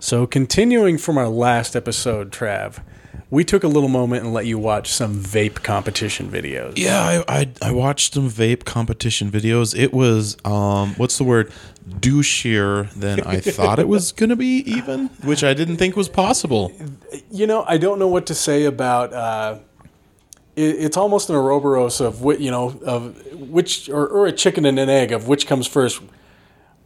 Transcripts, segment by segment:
So, continuing from our last episode, Trav, we took a little moment and let you watch some vape competition videos. Yeah, I, I I watched some vape competition videos. It was um what's the word douchier than I thought it was gonna be even, which I didn't think was possible. You know, I don't know what to say about. Uh, it, it's almost an Ouroboros of what you know of which, or, or a chicken and an egg of which comes first.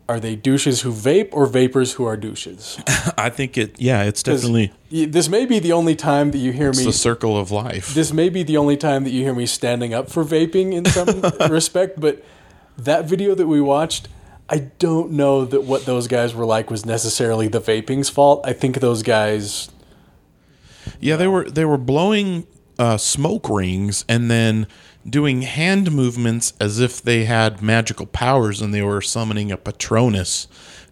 Are they douches who vape or vapors who are douches? I think it yeah, it's definitely Y- This may be the only time that you hear it's me. the circle of life. this may be the only time that you hear me standing up for vaping in some respect, but that video that we watched, I don't know that what those guys were like was necessarily the vaping's fault. I think those guys, Yeah, they were they were blowing uh, smoke rings and then doing hand movements as if they had magical powers and they were summoning a Patronus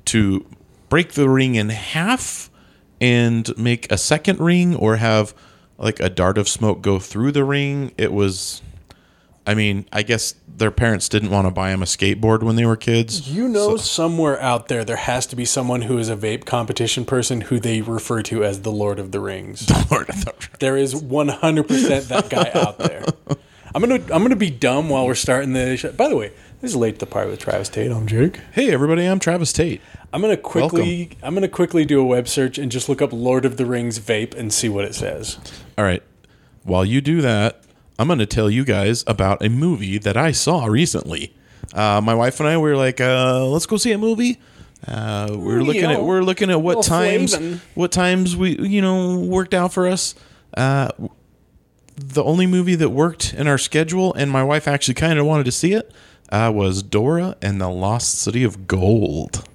to break the ring in half and make a second ring or have like a dart of smoke go through the ring. It was I mean, I guess their parents didn't want to buy them a skateboard when they were kids. you know, somewhere out there, there has to be someone who is a vape competition person who they refer to as the Lord of the Rings. Lord of the Rings. there is 100% that guy out there. I'm gonna I'm gonna be dumb while we're starting the show. By the way, this is late to the party with Travis Tate. I'm Jake. Hey everybody, I'm Travis Tate. I'm gonna quickly I'm gonna quickly do a web search and just look up Lord of the Rings vape and see what it says. All right. While you do that, I'm going to tell you guys about a movie that I saw recently. Uh, my wife and I were like, uh, "Let's go see a movie." Uh, we're looking at we're looking at what little times flavin'. what times we you know worked out for us. Uh, w- the only movie that worked in our schedule, and my wife actually kind of wanted to see it, uh, was Dora and the Lost City of Gold.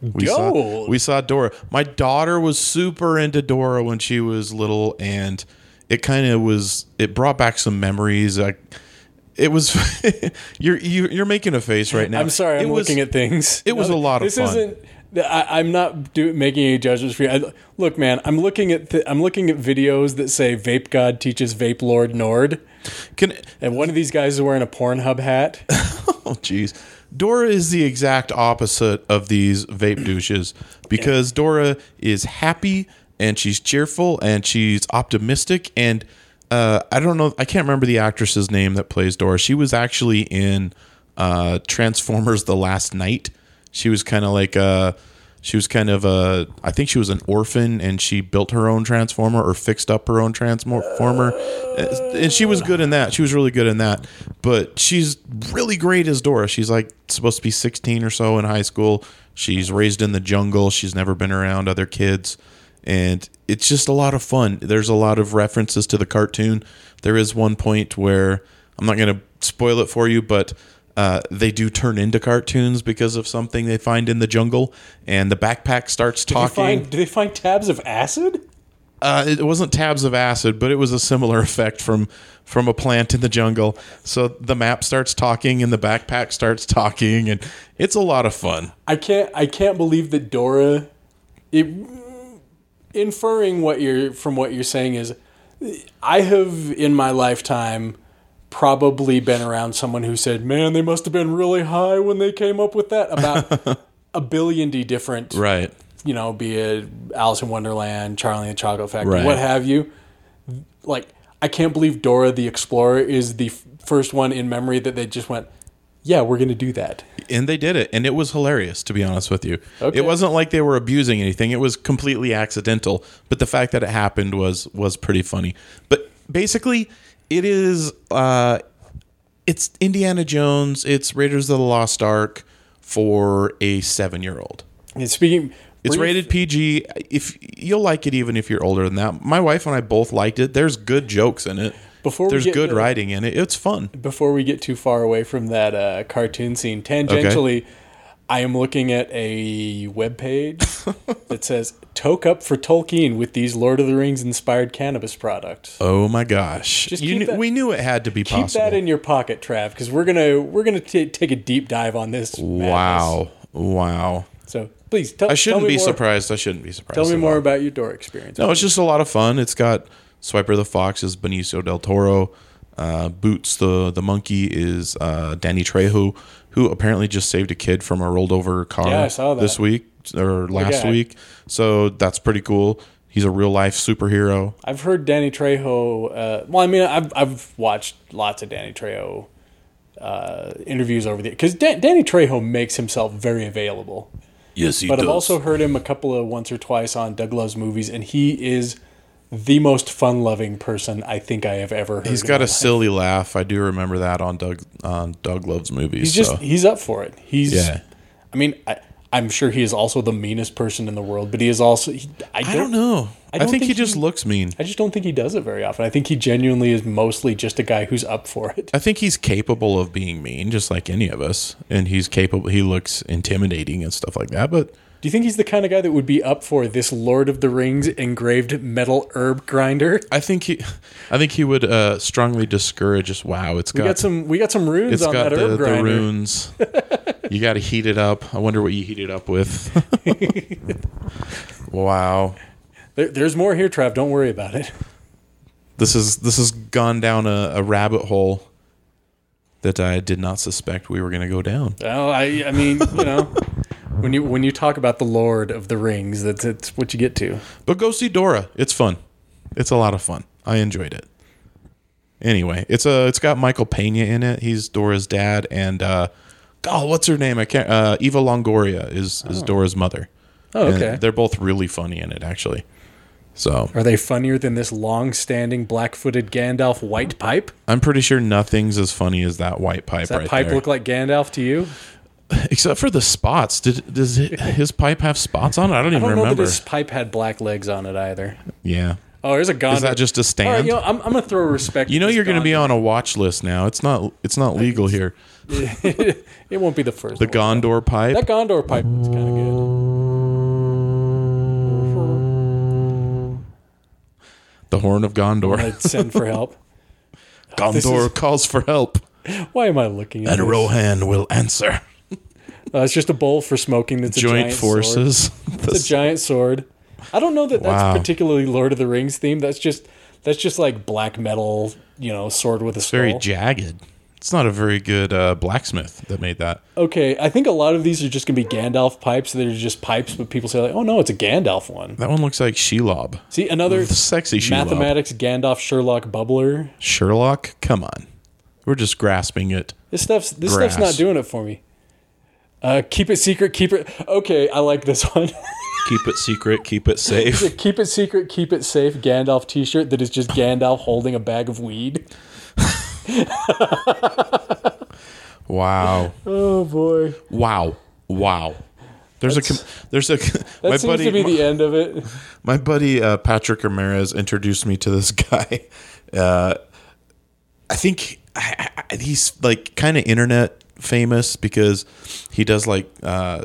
We saw Gold. we saw Dora. My daughter was super into Dora when she was little, and it kind of was. It brought back some memories. Like it was. you're you, you're making a face right now. I'm sorry, I'm it was, looking at things. it was a lot of this fun. isn't. I, I'm not do, making any judgments for you. I, look, man, I'm looking at th- I'm looking at videos that say Vape God teaches Vape Lord Nord, Can, and one of these guys is wearing a Pornhub hat. oh jeez. Dora is the exact opposite of these vape douches because Dora is happy and she's cheerful and she's optimistic and uh, I don't know I can't remember the actress's name that plays Dora. She was actually in uh, Transformers: The Last Night. She was kind of like a she was kind of a I think she was an orphan and she built her own transformer or fixed up her own transformer and she was good in that. She was really good in that. But she's really great as Dora. She's like supposed to be 16 or so in high school. She's raised in the jungle. She's never been around other kids and it's just a lot of fun. There's a lot of references to the cartoon. There is one point where I'm not going to spoil it for you, but uh, they do turn into cartoons because of something they find in the jungle, and the backpack starts Do they talking. find, do they find tabs of acid? Uh, it wasn't tabs of acid, but it was a similar effect from from a plant in the jungle. So the map starts talking, and the backpack starts talking, and it's a lot of fun. I can't I can't believe that Dora it, inferring what you're from what you're saying is I have in my lifetime probably been around someone who said, "Man, they must have been really high when they came up with that." About a billion D different, Right. you know, be it Alice in Wonderland, Charlie and the Chocolate Factory, Right. what have you. Like I can't believe Dora the Explorer is the f- first one in memory that they just went, "Yeah, we're going to do that." and they did it and it was hilarious to be honest with you Okay. it wasn't like they were abusing anything it was completely accidental but the fact that it happened was was pretty funny but basically it is uh it's indiana jones it's raiders of the lost ark for a seven year old And speaking it's brief- rated PG. If you'll like it, even if you're older than that, my wife and I both liked it. There's good jokes in it. Before we there's get good to- writing in it. It's fun. before we get too far away from that uh, cartoon scene, tangentially, I am looking at a webpage that says "Toke up for Tolkien with these Lord of the Rings inspired cannabis products." Oh my gosh! Just You keep knew- that- we knew it had to be Keep possible. that in your pocket, Trav, because we're gonna we're gonna t- take a deep dive on this. madness. Wow. Wow. So please, tell I shouldn't tell me be more, surprised. I shouldn't be surprised. Tell me at more all. about your door experience. No, it's just a lot of fun. It's got Swiper the Fox is Benicio del Toro. Uh, Boots the the monkey is uh, Danny Trejo, who apparently just saved a kid from a rolled over car Yeah, I saw that. this week. or last guy. week. So that's pretty cool. He's a real life superhero. I've heard Danny Trejo. Uh, well, I mean, I've I've watched lots of Danny Trejo uh, interviews over the because Dan- Danny Trejo makes himself very available. Yes, he But I've also heard him a couple of once or twice on Doug Love's movies, and he is the most fun-loving person I think I have ever heard. He's got a silly laugh. I do remember that on Doug on Doug Love's movies. He's just so. he's up for it. He's. Yeah. I mean, I, I'm sure he is also the meanest person in the world, but he is also. He, I, don't, I don't know. I, don't think, think he just he- looks mean. I just don't think he does it very often. I think he genuinely is mostly just a guy who's up for it. I think he's capable of being mean, just like any of us. And he's capable. He looks intimidating and stuff like that. But Do you think he's the kind of guy that would be up for this Lord of the Rings engraved metal herb grinder? I think he, I think he would uh, strongly discourage. Just wow, it's We got, got some we got some runes it's on got that the, herb the grinder. runes. you got to heat it up. I wonder what you heat it up with. wow, There, there's more here, Trav. Don't worry about it. this is this has gone down a, a rabbit hole that I did not suspect we were going to go down. Well, I I mean you know when you when you talk about the Lord of the Rings, that's it's what you get to. But go see Dora. It's fun. It's a lot of fun. I enjoyed it. Anyway, it's a it's got Michael Pena in it. He's Dora's dad, and uh, oh, what's her name? I can't. Uh, Eva Longoria is is Dora's mother. Oh, And okay. they're both really funny in it, actually. So Are they funnier than this long-standing black-footed Gandalf white pipe? I'm pretty sure nothing's as funny as that white pipe That right pipe there, look like Gandalf to you? except for the spots. Did does it, his pipe have spots on it? I don't I even don't know that remember. this pipe had black legs on it either. Yeah, Oh, there's a Gondor. is that just a All stand? right, you you know, know, I'm, I'm gonna throw respect. you're going to be on a watch list now. It's not it's not legal here. It won't be the first. The Gondor pipe. That Gondor pipe was kind of good. The Horn of Gondor. I'd send for help. Gondor calls for help, Why am I looking at and this? Rohan will answer. Uh, it's just a bowl for smoking. That's a Joint giant Sword. forces. It's a giant sword. I don't know that that's Wow. particularly Lord of the Rings theme. That's just that's just like black metal, you know, sword with a skull. very jagged. It's not a very good uh, blacksmith that made that. okay, I think a lot of these are just gonna be Gandalf pipes. They're just pipes, but people say like, oh no, it's a Gandalf one. That one looks like Shelob. See another The sexy Shelob. mathematics Gandalf Sherlock bubbler. Sherlock, come on. We're just grasping it. This stuff's this stuff's Grass. not doing it for me. Uh, keep it secret. Keep it. Okay, I like this one. Keep it secret, keep it safe. keep it secret. Keep it safe. Gandalf T-shirt that is just Gandalf holding a bag of weed. Wow. Oh boy, Wow. Wow. There's a com- there's a that my seems buddy to be the end of it. My buddy uh, Patrick Ramirez introduced me to this guy. Uh, I think I, I, he's like kind of internet famous because he does like uh,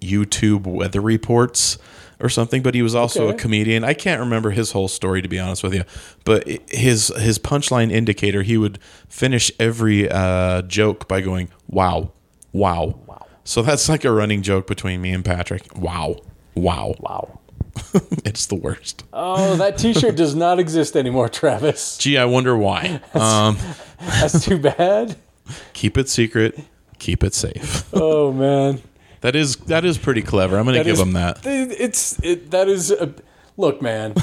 YouTube weather reports or something. But he was also a Okay. comedian. I can't remember his whole story to be honest with you. But i- his his punchline indicator, he would finish every uh, joke by going "Wow, wow, wow." So that's like a running joke between me and Patrick. Wow, wow, Wow. it's the worst. Oh, that T-shirt does not exist anymore, Travis. Gee, I wonder why. Um, That's too bad. keep it secret. Keep it safe. Oh man, That is that is pretty clever. I'm going to give is- him that. Th- it's it, that is. A, look, man.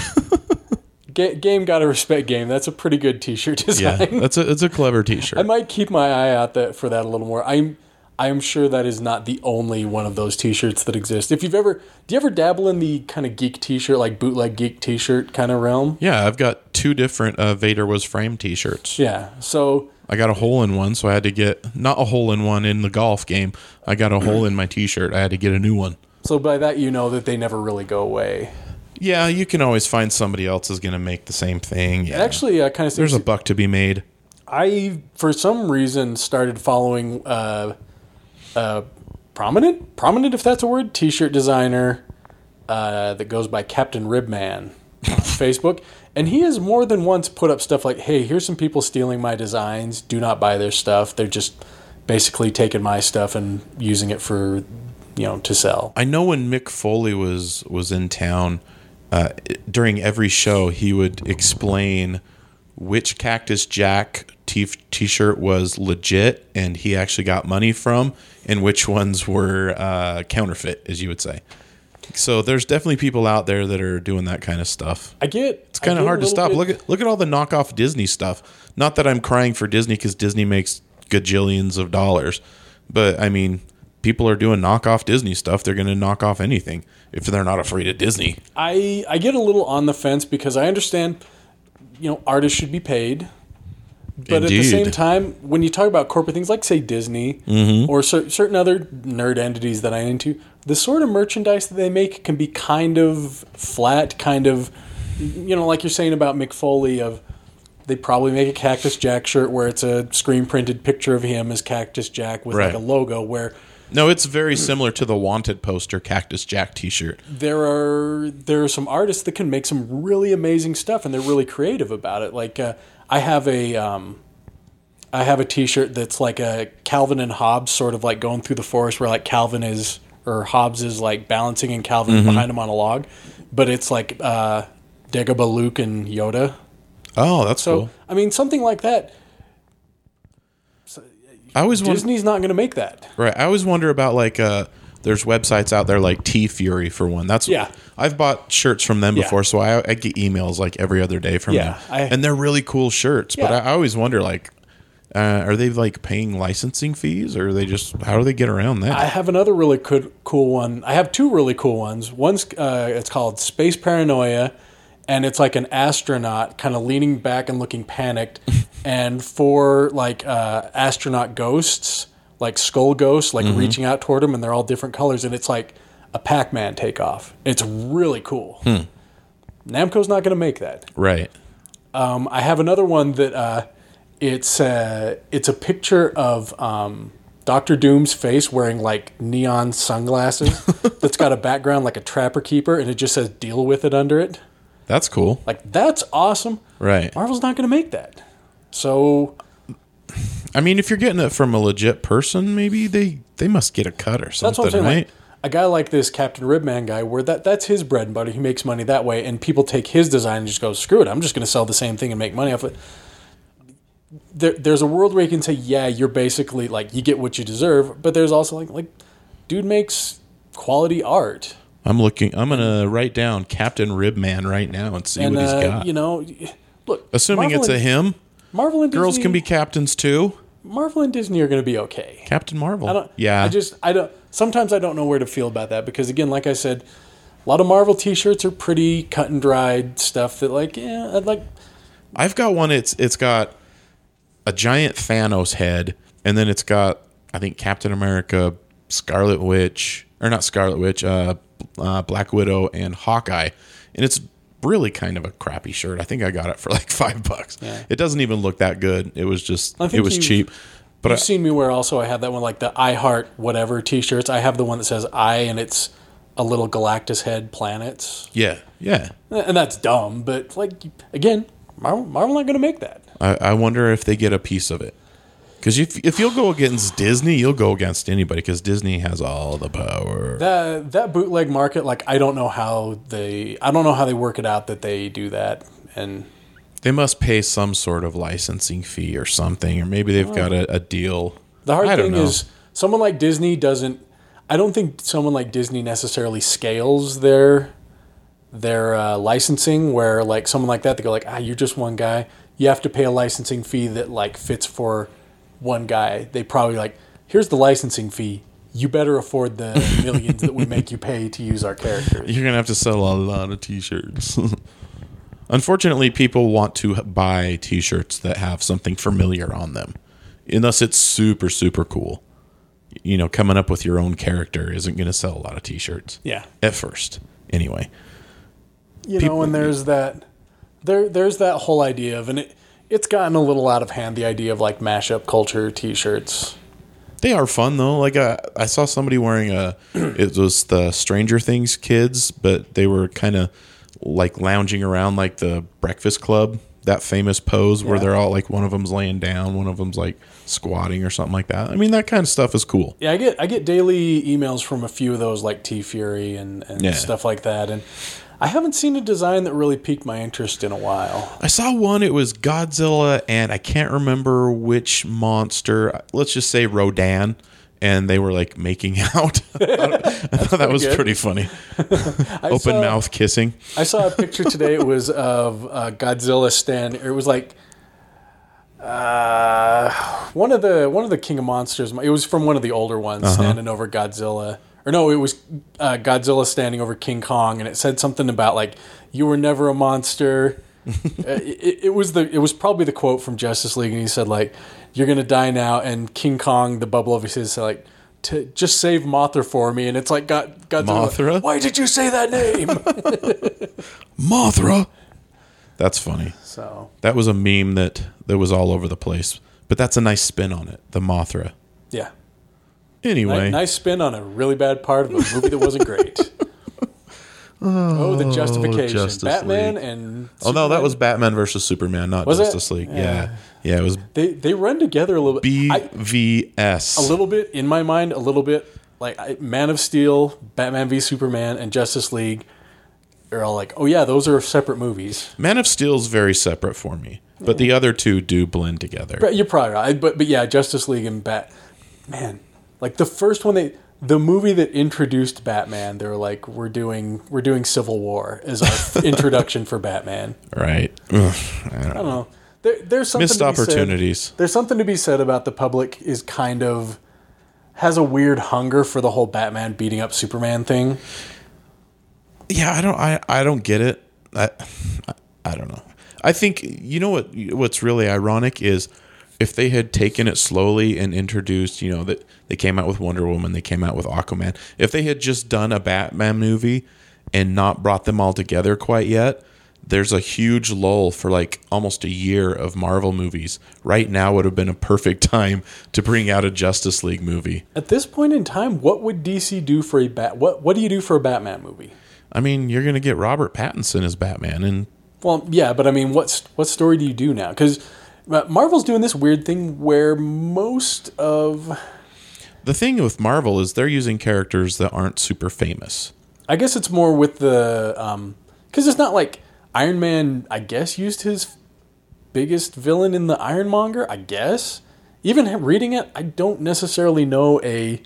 Ga- game gotta respect game. That's a pretty good T-shirt Yeah, design. that's a it's a clever I T-shirt. might keep my eye out that for that a little more. I'm I am sure that is not the only one of those T-shirts that exist. If you've ever, do you ever dabble in the kind of geek T-shirt, like bootleg geek T-shirt kind of realm? yeah, I've got two different uh, Vader was framed T-shirts. Yeah. So I got a hole in one, so I had to get not a hole in one in the golf game. I got a hole in my T-shirt. I had to get a new one. so by that you know that they never really go away. Yeah, you can always find somebody else is going to make the same thing. Yeah. Actually, I kind of there's a buck to be made. I for some reason started following uh, uh, prominent prominent if that's a word T-shirt designer uh, that goes by Captain Ribman on Facebook, and he has more than once put up stuff like, "Hey, here's some people stealing my designs. Do not buy their stuff. They're just basically taking my stuff and using it for." You know, to sell. I know when Mick Foley was was in town, uh, during every show he would explain which Cactus Jack t- t-shirt was legit and he actually got money from, and which ones were uh, counterfeit, as you would say. So there's definitely people out there that are doing that kind of stuff. I get It's kind of hard to stop. Look at look at all the knockoff Disney stuff. Not that I'm crying for Disney because Disney makes gajillions of dollars, but I mean, people are doing knockoff Disney stuff. They're going to knock off anything if they're not afraid of Disney. I I get a little on the fence because I understand, you know, artists should be paid, but at the same Indeed. time, when you talk about corporate things like say Disney Mm-hmm. or cer- certain other nerd entities that I'm into, the sort of merchandise that they make can be kind of flat, kind of, you know, like you're saying about Mick Foley of. They probably make a Cactus Jack shirt where it's a screen printed picture of him as Cactus Jack with like Right. a logo where No, it's very similar to the Wanted poster Cactus Jack T-shirt. there are there are some artists that can make some really amazing stuff and they're really creative about it like uh, i have a um, i have a t-shirt that's like a calvin and hobbes sort of like going through the forest where like calvin is or hobbes is like balancing and calvin is behind him on a log but it's like uh, dagobah luke and yoda Oh, that's so cool. i mean something like that I always want disney's not going to make that Right. I always wonder about like uh there's websites out there like T Fury for one. That's Yeah. I've bought shirts from them Yeah. before, so I, I get emails like every other day from Yeah, them, I- and they're really cool shirts. But Yeah. I, I always wonder like, uh, are they like paying licensing fees, or are they just how do they get around that? I have another really good, cool one. I have two really cool ones. One's uh, it's called Space Paranoia, and it's like an astronaut kind of leaning back and looking panicked, and four like uh, astronaut ghosts, like skull ghosts, like reaching out toward him, and they're all different colors, and it's like a Pac-Man takeoff. It's really cool. Namco's not going to make that. right. Um, I have another one that uh, it's a, it's a picture of um, Doctor Doom's face wearing like neon sunglasses that's got a background like a trapper keeper, and it just says "Deal with it" under it. That's cool. Like that's awesome. Right. Marvel's not going to make that. So I mean, if you're getting it from a legit person, maybe they they must get a cut or something, that's what I'm saying. right? Like, a guy like this Captain Ribman guy, where that that's his bread and butter. He makes money that way, and people take his design and just go, "Screw it! I'm just going to sell the same thing and make money off it." There, there's a world where you can say, "Yeah, you're basically like you get what you deserve," but there's also like like, dude makes quality art, I'm looking. I'm gonna write down Captain Ribman right now and see and what he's uh, got. you know, look, Assuming Marvel it's a and- him, Marvel and girls Disney, can be captains too. Marvel and Disney are going to be okay. Captain Marvel. I don't- yeah. I just I don't sometimes I don't know where to feel about that because again, like I said, a lot of Marvel T-shirts are pretty cut and dried stuff that like yeah, I'd like I've got one. It's it's got a giant Thanos head, and then it's got I think Captain America, Scarlet Witch, or not Scarlet Witch, uh, uh, Black Widow, and Hawkeye, and it's really kind of a crappy shirt. I think I got it for like five bucks. It doesn't even look that good. It was just think it was you've- cheap. But you've seen me wear also I have that one like the I heart whatever T-shirts. I have the one that says I and it's a little Galactus head planets, I, yeah, yeah. and that's dumb. But like again, Marvel, Marvel not going to make that. I, I wonder if they get a piece of it. Because if, if you'll go against Disney, you'll go against anybody. Because Disney has all the power. That that bootleg market, like I don't know how they I don't know how they work it out that they do that and. They must pay some sort of licensing fee or something, or maybe they've got a, a deal. The hard I don't thing know. is someone like Disney doesn't. I don't think someone like Disney necessarily scales their their uh, licensing. Where like someone like that, they go like, ah, you're just one guy. You have to pay a licensing fee that like fits for one guy. They probably like, here's the licensing fee. You better afford the millions that we make you pay to use our characters. you're gonna have to sell a lot of t-shirts. Unfortunately, people want to h- buy t-shirts that have something familiar on them, unless it's super super cool. You know, coming up with your own character isn't gonna sell a lot of t-shirts Yeah. at first, anyway. you people- know, and there's that there there's that whole idea of and it it's gotten a little out of hand the idea of like mashup culture t-shirts. They are fun though. Like I, I saw somebody wearing a, it was the Stranger Things kids, but they were kind of like lounging around like the Breakfast Club, that famous pose where Yeah. they're all like one of them's laying down, one of them's like squatting or something like that. I mean, that kind of stuff is cool. Yeah, I get I get daily emails from a few of those like T Fury and, and Yeah. stuff like that. And I haven't seen a design that really piqued my interest in a while. I saw one. It was Godzilla, and I can't remember which monster. Let's just say Rodan and they were like making out. I thought that was good. pretty funny. I Open saw- mouth kissing. I saw a picture today. It was of uh, Godzilla stand. It was like uh, one of the one of the King of Monsters. It was from one of the older ones standing over Godzilla. Or no, it was uh, Godzilla standing over King Kong, and it said something about like you were never a monster. Uh, it, it was the it was probably the quote from Justice League, and he said like you're gonna die now, and King Kong, the bubble of his head, said like. To just save Mothra for me, and it's like God, Godzilla. Mothra? Why did you say that name? Mothra. That's funny. so That was a meme that that was all over the place. But that's a nice spin on it. The Mothra. yeah, Anyway, Ni- Nice spin on a really bad part of a movie that wasn't great. oh, the justification. Justice Batman League. and oh no, that Superman, was Batman versus Superman, not Was it? Justice League. Yeah. yeah, it was they they run together a little bit. I- BVS. A little bit in my mind, a little bit like I, Man of Steel, Batman v Superman, and Justice League are all like, oh yeah, those are separate movies. Man of Steel's very separate for me, but the other two do blend together. But You're probably right, but but yeah, Justice League and Bat, man, like the first one they. The movie that introduced Batman, they were like, "We're doing, we're doing Civil War as our introduction for Batman." Right? Ugh, I don't I know. don't know. There, there's something Missed to be said- opportunities. There's something to be said about the public is kind of has a weird hunger for the whole Batman beating up Superman thing. Yeah, I don't. I, I don't get it. I, I I don't know. I think you know what. What's really ironic is if they had taken it slowly and introduced. You know that they came out with Wonder Woman. They came out with Aquaman. If they had just done a Batman movie and not brought them all together quite yet. There's a huge lull for like almost a year of Marvel movies. Right now would have been a perfect time to bring out a Justice League movie. At this point in time, what would DC do for a bat? What What do you do for a Batman movie? I mean, you're going to get Robert Pattinson as Batman and Well, yeah, but I mean, what's what story do you do now? Because Marvel's doing this weird thing where most of The thing with Marvel is they're using characters that aren't super famous. I guess it's more with the because it's not like Iron Man. I guess used his biggest villain in the Ironmonger. I guess even him reading it, I don't necessarily know a.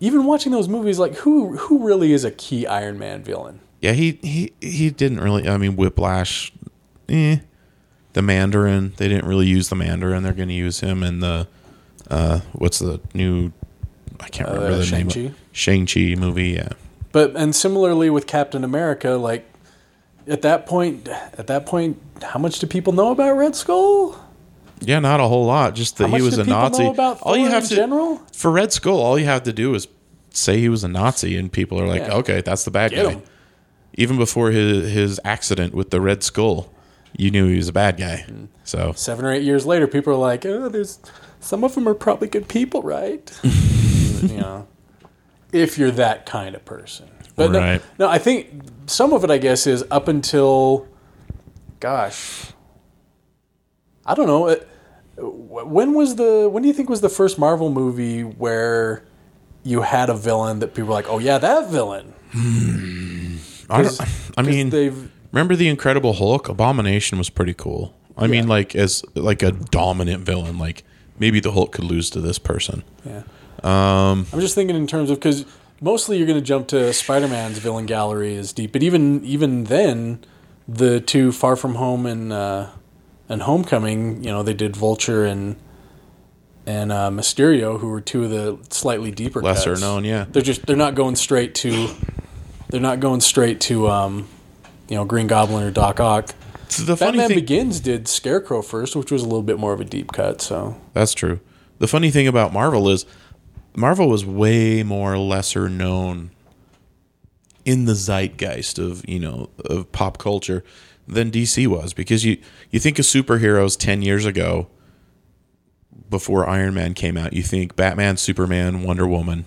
Even watching those movies, like who who really is a key Iron Man villain? Yeah, he he he didn't really. I mean, Whiplash, eh. The Mandarin, they didn't really use the Mandarin. They're going to use him in the uh, what's the new? I can't remember the name. Shang-Chi? of- Shang-Chi movie. Yeah, But and similarly with Captain America, like at that point, at that point, how much do people know about Red Skull? yeah, not a whole lot. Just that How much he was do a people Nazi. know about all you Thor have in to general? for Red Skull, all you have to do is say he was a Nazi, and people are like, Yeah. okay, that's the bad Get guy. 'em. Even before his his accident with the Red Skull, you knew he was a bad guy. Mm. So Seven or eight years later, people are like, "Oh, there's some of them are probably good people, right?" you know, if you're that kind of person. But no- Right. no, I think some of it, I guess, is up until, gosh, I don't know. It, wh- when was the? When do you think was the first Marvel movie where you had a villain that people were like, "Oh yeah, that villain." I, Because- don't, I 'Cause mean, they've remember the Incredible Hulk? Abomination was pretty cool. I mean, like as like a dominant villain, like maybe the Hulk could lose to this person. Yeah. Um, I'm just thinking in terms of because mostly you're going to jump to Spider-Man's villain gallery is deep, but even even then, the two Far From Home and uh, and Homecoming, you know, they did Vulture and and uh, Mysterio, who were two of the slightly deeper Lesser cuts. known, yeah. They're just they're not going straight to they're not going straight to um, you know Green Goblin or Doc Ock. So the funny Batman thing, Begins did Scarecrow first, which was a little bit more of a deep cut. So that's true. The funny thing about Marvel is Marvel was way more lesser known in the zeitgeist of you know of pop culture than DC was because you you think of superheroes 10 years ago before Iron Man came out you think Batman, Superman, Wonder Woman.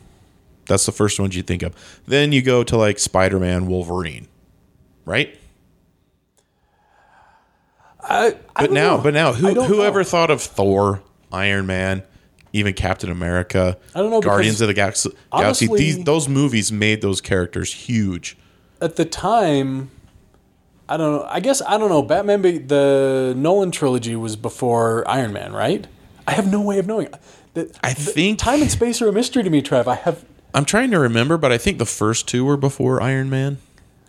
That's the first ones you think of. Then you go to like Spider-Man, Wolverine. Right? I, I But don't now, know. but now I who don't who know. ever thought of Thor, Iron Man, even Captain America, I don't know, because Guardians of the Galaxy, Galaxy honestly- these those movies made those characters huge. at the time, I don't know. I guess I don't know. Batman, be- the Nolan trilogy was before Iron Man, right? I have no way of knowing. That, I think time and space are a mystery to me, Trev. I have I'm trying to remember, but I think the first two were before Iron Man.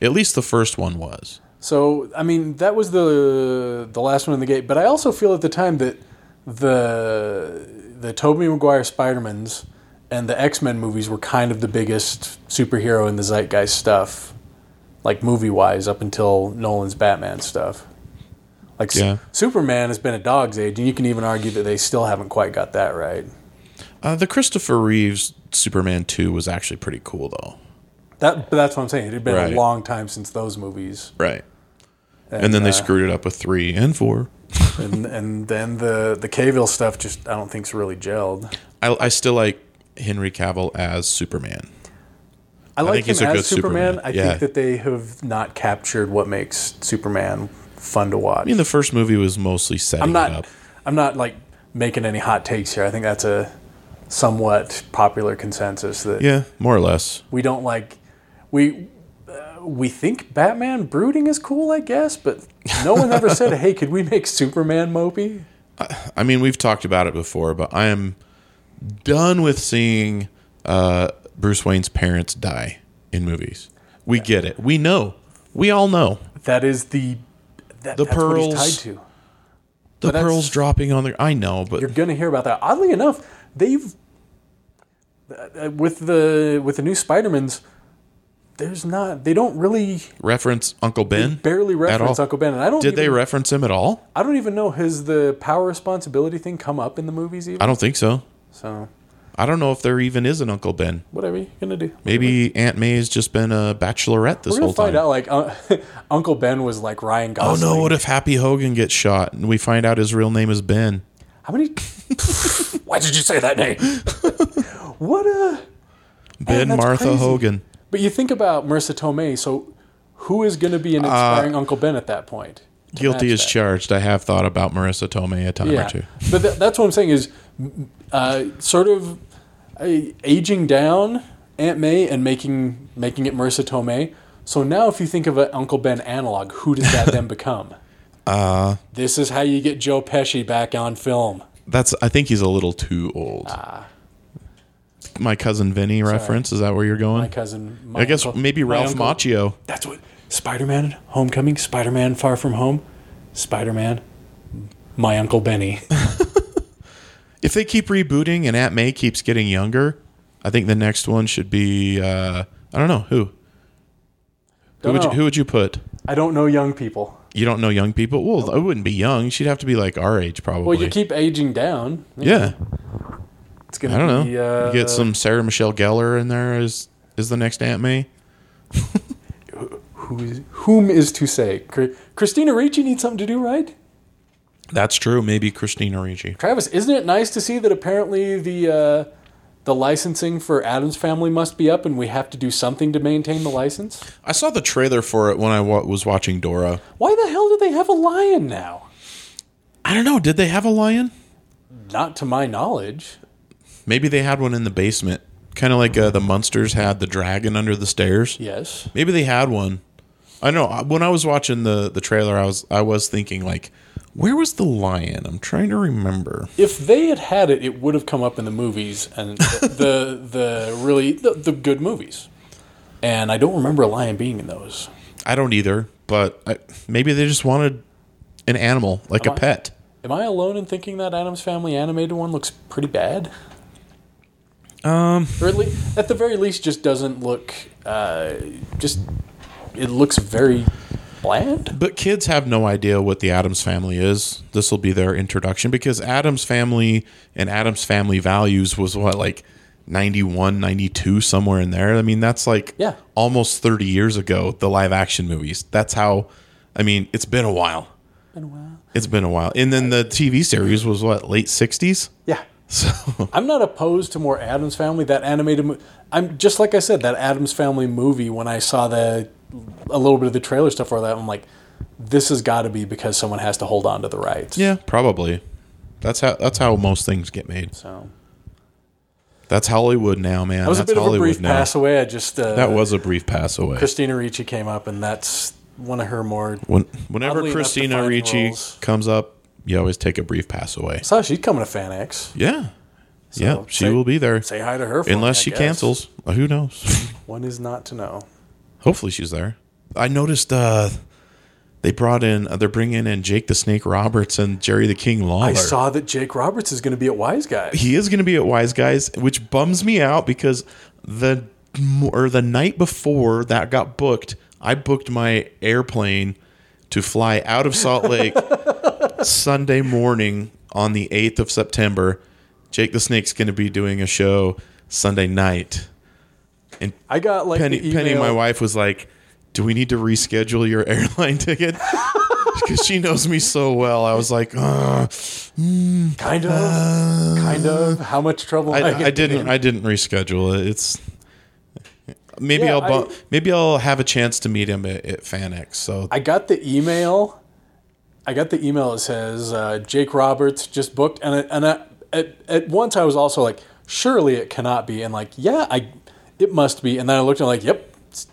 At least the first one was. So I mean, that was the the last one in the gate. But I also feel at the time that the the Tobey Maguire Spider Mans and the X Men movies were kind of the biggest superhero in the zeitgeist stuff, like movie wise, up until Nolan's Batman stuff. Like S- Yeah. Superman has been a dog's age, and you can even argue that they still haven't quite got that right. Uh, the Christopher Reeves Superman 2 was actually pretty cool, though. That, but that's what I'm saying. It had been Right. a long time since those movies. Right. And, then they uh, screwed it up with 3 and 4. and and then the the Cavill stuff just I don't think's really gelled. I, I still like Henry Cavill as Superman. I like think him he's a as good Superman. Superman. I Yeah. think that they have not captured what makes Superman fun to watch. I mean, the first movie was mostly setting I'm it not. up. I'm not like making any hot takes here. I think that's a somewhat popular consensus that Yeah, more or less. we don't like. We uh, we think Batman brooding is cool, I guess, but no one ever said, "Hey, could we make Superman mopey?" I mean, we've talked about it before, but I am done with seeing uh, Bruce Wayne's parents die in movies. We get it. We know. We all know. That is the that, The that's what pearls. he's tied to. The that's- pearls dropping on the. I know, but you're going to hear about that. Oddly enough, they've uh, with the with the new Spider-Mans, there's not they don't really reference Uncle Ben. barely reference all. Uncle Ben, and I don't Did even, they reference him at all? I don't even know has the power responsibility thing come up in the movies even. I don't think so. so I don't know if there even is an Uncle Ben. whatever you gonna do. Maybe Aunt May has just been a bachelorette this We're gonna whole find time. out like uh, Uncle Ben was like Ryan Oh Gosling. no! What if Happy Hogan gets shot and we find out his real name is Ben? How many? Why did you say that name? what a. Ben that's Martha crazy. Hogan. But you think about Marissa Tomei. So who is going to be an Uh, inspiring Uncle Ben at that point? to Guilty match as that? charged. I have thought about Marissa Tomei a time or Yeah, two. but tha- that's what I'm saying is uh, sort of uh, aging down Aunt May and making making it Marissa Tomei. So now, if you think of an Uncle Ben analog, who does that then become? Uh, this is how you get Joe Pesci back on film. That's. I think he's a little too old. Ah. My cousin Vinny reference. Is that where you're My going? cousin. My I guess uncle- maybe my Ralph uncle- Macchio. That's what Spider-Man: Homecoming, Spider-Man: Far From Home, Spider-Man. My uncle Benny. If they keep rebooting and Aunt May keeps getting younger, I think the next one should be. Uh, I don't know who. Who Don't would, you, know. who would you put? I don't know young people. You don't know young people. Well, it wouldn't be young. She'd have to be like our age, probably. Well, you keep aging down. yeah, It's gonna I don't know. be, uh, you get some Sarah Michelle Gellar in there is is the next Aunt May. who is, whom is to say? Cr- Christina Ricci needs something to do, right? That's true. Maybe Christina Ricci. Travis, isn't it nice to see that apparently the uh, the licensing for Adam's Family must be up, and we have to do something to maintain the license? I saw the trailer for it when I wa- was watching Dora. Why the hell do they have a lion now? I don't know. Did they have a lion? Not to my knowledge. Maybe they had one in the basement, kind of like uh, the Munsters had the dragon under the stairs. Yes. Maybe they had one. I know. I- When I was watching the the trailer, I was I was thinking like, where was the lion? I'm trying to remember. If they had had it, it would have come up in the movies and the the, the really the, the good movies. And I don't remember a lion being in those. I don't either, but I, maybe they just wanted an animal, like a I- pet. Am I alone in thinking that Adam's Family animated one looks pretty bad? Um, Or at, le- at the very least, just doesn't look. Uh, just it looks very bland. but kids have no idea what the Adams family is. This will be their introduction because Adams family and Adams family values was what like 91, 92 somewhere in there. I mean, that's like Yeah. almost 30 years ago the live action movies. That's how I mean, it's been a while. It's been a while. And then the TV series was what late 60s? Yeah, So I'm not opposed to more Adam's Family. That animated, mo- I'm just like I said, that Adam's Family movie. When I saw the a little bit of the trailer stuff for that, I'm like, this has got to be because someone has to hold on to the rights. yeah, probably. That's how that's how most things get made. So That's Hollywood now, man. that was that's a bit of a Hollywood brief now. pass away. I just uh, That was a brief pass away. Christina Ricci came up, and that's one of her more. When, whenever Oddly enough, Christina defining Ricci roles. comes up, you always take a brief pass away. So she's coming to Fan X. Yeah. So yeah, she say- will be there Say hi to her. for unless me, I she guess. cancels. Uh, Who knows? One is not to know. Hopefully, she's there. I noticed uh, they brought in uh, they're bringing in Jake the Snake Roberts and Jerry the King Lawler. I saw that Jake Roberts is going to be at Wise Guys. he is going to be at Wise Guys, which bums me out because the m- or the night before that got booked, I booked my airplane to fly out of Salt Lake Sunday morning on the 8th of September. Jake the Snake's going to be doing a show Sunday night. And I got like Penny, the Penny, email- my wife, was like, "Do we need to reschedule your airline ticket?" Because she knows me so well. I was like, "Ugh." Kind of, kind of. How much trouble? I, get I didn't. in. I didn't reschedule it. It's maybe Yeah, I'll bu- I- maybe I'll have a chance to meet him at, at FanX. So I got the email. I got the email that says uh, Jake Roberts just booked, and I, and I, at at once I was also like, surely it cannot be, and like, yeah, I, it must be, and then I looked and I'm like, yep, it's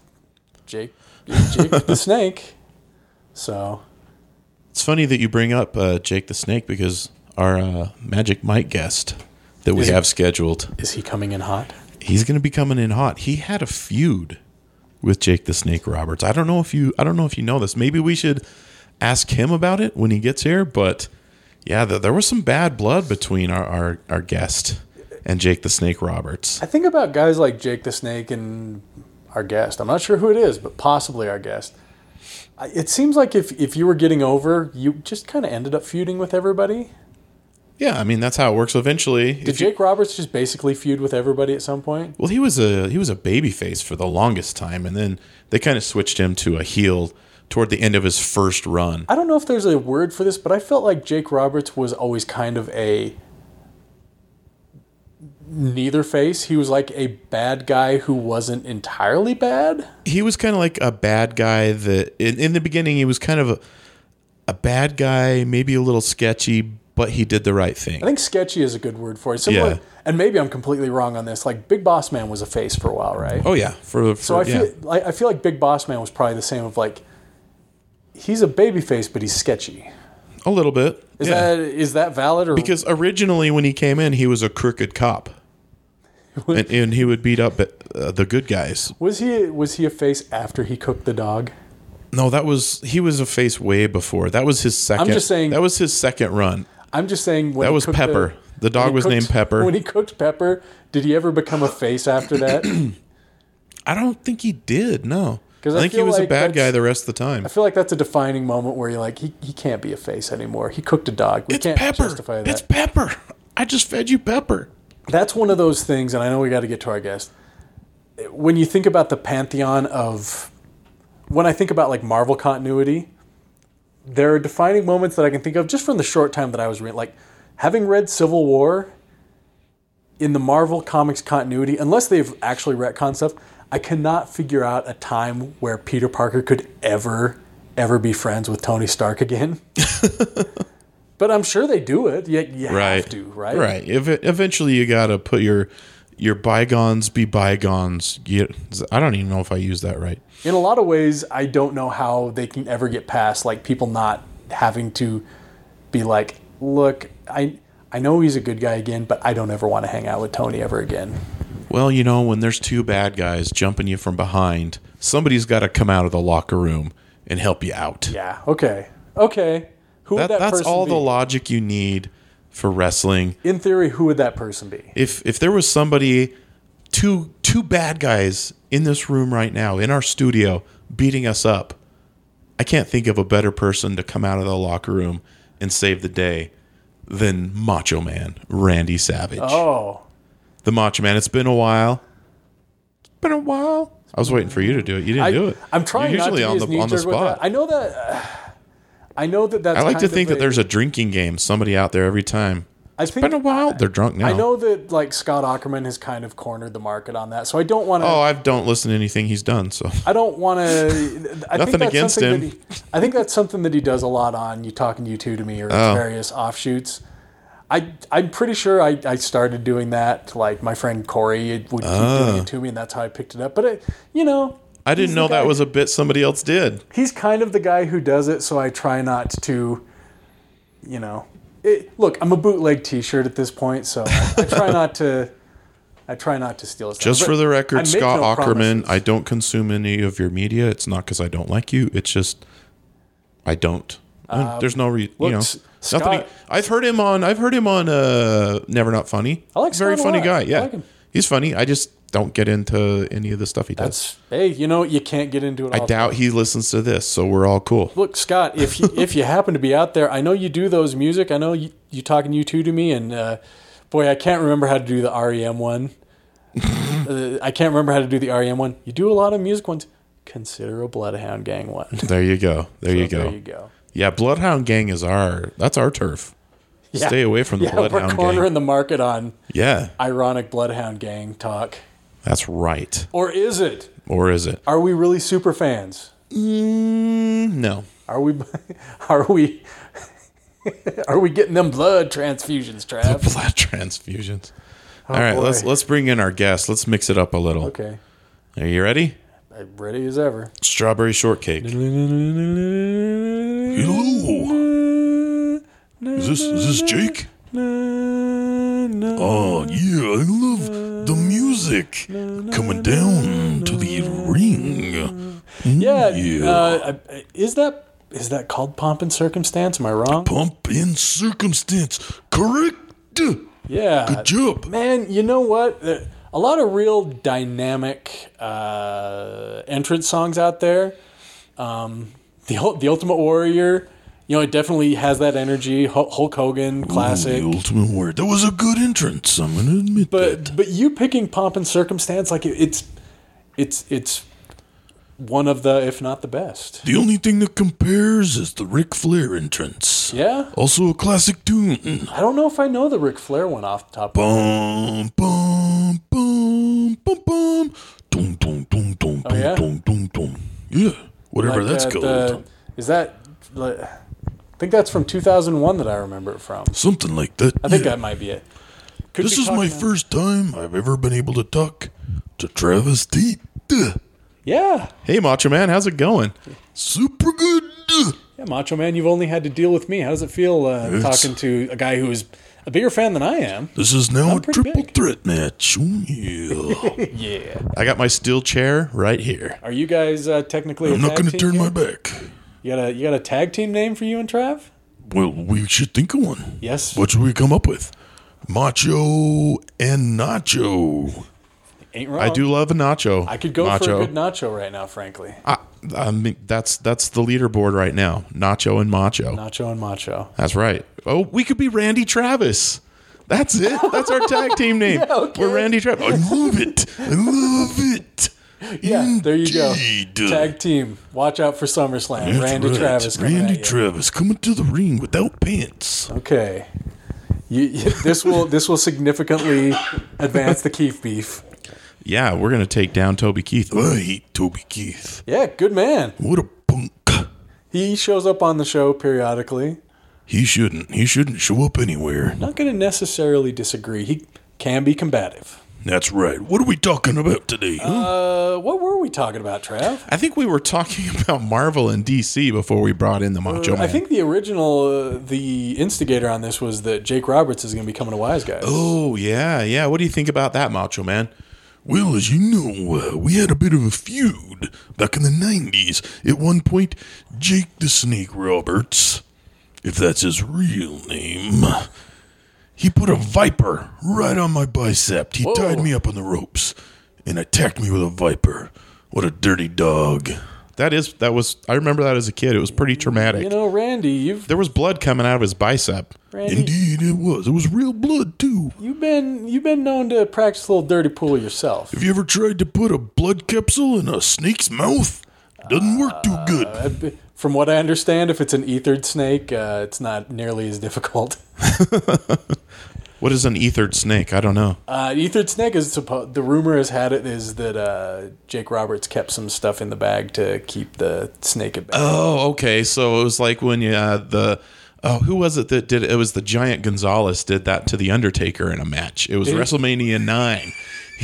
Jake, it's Jake the Snake. So it's funny that you bring up uh, Jake the Snake because our uh, Magic Mike guest that we Is- have scheduled, is he coming in hot? he's going to be coming in hot. He had a feud with Jake the Snake Roberts. I don't know if you. I don't know if you know this. Maybe we should ask him about it when he gets here. But yeah, th- there was some bad blood between our our, our guest and Jake the Snake Roberts. I think about guys like Jake the Snake and our guest. I'm not sure who it is, but possibly our guest. I- It seems like if, if you were getting over, you just kind of ended up feuding with everybody. Yeah, I mean that's how it works. Eventually, Did if you- Jake Roberts just basically feud with everybody at some point? well, he was a he was a baby face for the longest time, and then they kind of switched him to a heel toward the end of his first run. I don't know if there's a word for this, but I felt like Jake Roberts was always kind of a neither face. He was like a bad guy who wasn't entirely bad. He was kind of like a bad guy that in, in the beginning he was kind of a, a bad guy, maybe a little sketchy, but he did the right thing. I think sketchy is a good word for it. Similar, Yeah. and maybe I'm completely wrong on this. Like Big Boss Man was a face for a while, right? oh yeah, for, for So I yeah. feel like I feel like Big Boss Man was probably the same of like he's a babyface but he's sketchy. a little bit. Is yeah. that is that valid or because originally when he came in, he was a crooked cop, and, and he would beat up uh, the good guys. was he was he a face after he cooked the dog? No, that was he was a face way before. That was his second. just saying- that was his second run. I'm just saying when That he was cooked Pepper. The, when dog he was cooked- named Pepper. When he cooked Pepper, did he ever become a face after that? I I don't think he did. No, 'Cause I I think he feel was a like bad guy that's- the rest of the time. feel like that's a defining moment where you're like he, he can't be a face anymore. He cooked a dog. We It's can't Pepper. justify that. It's Pepper. I just fed you Pepper. that's one of those things, and I know we got to get to our guest. When you think about the pantheon of, when I think about like Marvel continuity, there are defining moments that I can think of just from the short time that I was reading. Like having read Civil War in the Marvel Comics continuity, unless they've actually retconned stuff, I cannot figure out a time where Peter Parker could ever, ever be friends with Tony Stark again. but I'm sure they do it. You, you Right. have to, right? Right. If eventually you gotta put your your bygones be bygones. You, I don't even know if I use that right. in a lot of ways, I don't know how they can ever get past like people not having to be like, look, I I know he's a good guy again, but I don't ever want to hang out with Tony ever again. Well, you know, when there's two bad guys jumping you from behind, somebody's got to come out of the locker room and help you out. Yeah. Okay. Okay. Who That, would that that's person all be? the logic you need for wrestling. in theory, who would that person be? If if there was somebody, two two bad guys in this room right now in our studio beating us up, I can't think of a better person to come out of the locker room and save the day than Macho Man Randy Savage. Oh, The Macho Man. It's been a while. Been a while. I was waiting for you to do it. You didn't I, do it. I'm trying You're usually not to on be as the on the knee-jerk with spot. that. I know that. uh, I know that that's. I like kind to of think a- that there's a drinking game. Somebody out there every time. I It's been a think. while. They're drunk now. I know that like Scott Ackerman has kind of cornered the market on that, so I don't want to. Oh, I don't listen to anything he's done. So I don't want to. I Nothing think that's against something him. That he, I think that's something that he does a lot on you talking to you two to me or his Oh. various offshoots. I I'm pretty sure I, I started doing that. to, Like my friend Corey would keep doing Ah. it to me, and that's how I picked it up. But it, you know, I didn't the know that guy- was a bit somebody else did. he's kind of the guy who does it, so I try not to, you know, it, look, I'm a bootleg T-shirt at this point, so I, I try not to. I try not to steal. stuff. Just But for the I record, make Scott no Ackerman, promises. I don't consume any of your media. It's not because I don't like you. It's just I don't. Uh, There's no re- you Um, look, know S- nothing. e, Scott- I've heard him on. I've heard him on. Uh, Never not funny. I like very Scott a funny lot. guy. I Yeah, like him. he's funny. I just don't get into any of the stuff he does. That's hey, you know you can't get into it. I all. doubt he listens to this, so we're all cool. Look, Scott, if you, if you happen to be out there, I know you do those music. I know you, you talking you two to me, and uh, boy, I can't remember how to do the REM one. uh, I can't remember how to do the REM one. You do a lot of music ones. Consider a Bloodhound Gang one. There you go. There you go. There you go. Yeah, Bloodhound Gang is our. That's our turf. Yeah. Stay away from the Yeah, we're Bloodhound Gang. cornering the market on Yeah, ironic Bloodhound Gang talk. that's right. Or is it? Or is it? Are we really super fans? Mm, no. Are we? Are we? Are we getting them blood transfusions, Trav? blood transfusions. All right, Oh, boy. let's let's bring in our guest. Let's mix it up a little. Okay, Are you ready? I'm ready as ever. Strawberry shortcake. Hello. Is this is this Jake? Oh yeah, I love the music coming down to the ring. Mm, Oh, Yeah, Yeah. Uh, I- is that is that called pomp and circumstance? Am I wrong? Pump in circumstance. Correct. Yeah, Jump. man. You know what? Uh, A lot of real dynamic uh, entrance songs out there. Um, the Ul- the Ultimate Warrior, you know, it definitely has that energy. Hu- Hulk Hogan, classic. The ultimate word. That was a good entrance. I'm gonna admit that. but but you picking pomp and circumstance like it, it's it's it's one of the if not the best The only thing that compares is the Ric Flair entrance. yeah Also a classic tune. i don't know if i know the Ric flair one off the top Bum bum bum bum bum. Dum dum dum dum dum Oh, yeah? dum dum dum. Yeah, whatever Like, that's uh, called. the- is that like, i think that's from 2001 that i remember it from Something like that. i think yeah. that might be it Could this be is my talking- first time I've ever been able to talk to Travis T. Duh. yeah Hey, Macho Man, how's it going? Super good. Duh. yeah macho man you've only had to deal with me how does it feel uh, talking to a guy who is a bigger fan than i am This is now a pretty triple big. threat match. Oh, yeah. yeah I got my steel chair right here. are you guys uh, technically a I'm not tag gonna team turn yet? my back. you got a you got a tag team name for you and trav Well, we should think of one. yes What should we come up with? Macho and Nacho. ain't wrong I do love a nacho. Oh. I could go nacho. for a good nacho right now, frankly. I, I mean, that's that's the leaderboard right now. Nacho and Macho. Nacho and Macho. That's right. Oh, we could be Randy Travis. That's it. That's our tag team name. okay. We're Randy I Travis. love it. I love it. Yeah, there you go. Indeed. Tag team. Watch out for SummerSlam. That's Randy right. Travis. coming Randy at you. Travis coming to the ring without pants. Okay. You, you- this will this will significantly advance the Keef beef. Yeah, we're gonna take down Toby Keith. I hate Toby Keith. Yeah, good man. What a punk. He shows up on the show periodically. He shouldn't. He shouldn't show up anywhere. Not going to necessarily disagree. He can be combative. That's right. What are we talking about today? huh? Uh, what were we talking about, Trav? I think we were talking about Marvel and DC before we brought in the Macho Man. Uh, I think the original, uh, the instigator on this was that Jake Roberts is going to be coming to Wise Guys. oh yeah, yeah. What do you think about that, Macho Man? Well, as you know, uh, we had a bit of a feud back in the 90s. At one point, Jake the Snake Roberts, if that's his real name, he put a viper right on my bicep. He tied me up on the ropes and attacked me with a viper. What a dirty dog. That is that was. I remember that as a kid. It was pretty traumatic. You know, Randy, you've there was blood coming out of his bicep. Randy, Indeed, it was. It was real blood, too. You've been you've been known to practice a little dirty pool yourself. Have you ever tried to put a blood capsule in a snake's mouth? Doesn't work too good. I- From what I understand, if it's an ethered snake, uh, it's not nearly as difficult. What is an ethered snake? I don't know. Uh, ethered snake is supposed. The rumor has had it is that uh, Jake Roberts kept some stuff in the bag to keep the snake at bay. Oh, okay. So it was like when you, uh, the oh, who was it that did it? It was the Giant Gonzalez did that to the Undertaker in a match. It was WrestleMania nine.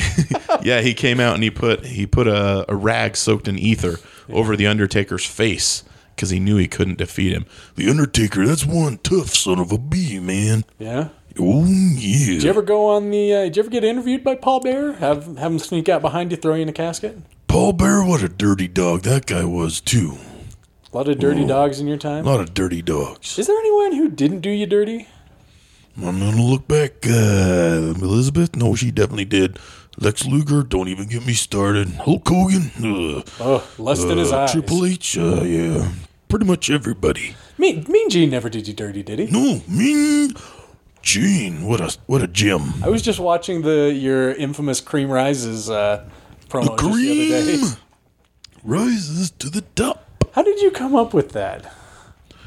yeah, he came out and he put he put a, a rag soaked in ether over the Undertaker's face. because he knew he couldn't defeat him. The Undertaker, that's one tough son of a bee, man. Yeah. Oh, yeah. Did you ever go on the? Uh, did you ever get interviewed by Paul Bear? Have have him sneak out behind you, throw you in a casket? Paul Bear, what a dirty dog that guy was, too. A lot of dirty dogs in your A time. lot of dirty dogs. Is there anyone who didn't do you dirty? I'm going to look back. Uh, Elizabeth? No, she definitely did. Lex Luger? Don't even get me started. Hulk Hogan? Ugh. Oh, lust in his Uh, eyes. Triple H? Uh, yeah. Pretty much everybody. Mean, mean Gene never did you dirty, did he? No, mean Gene. What a what a gem. I was just watching the your infamous Cream Rises uh, promo just the other Cream day. rises to the top. How did you come up with that?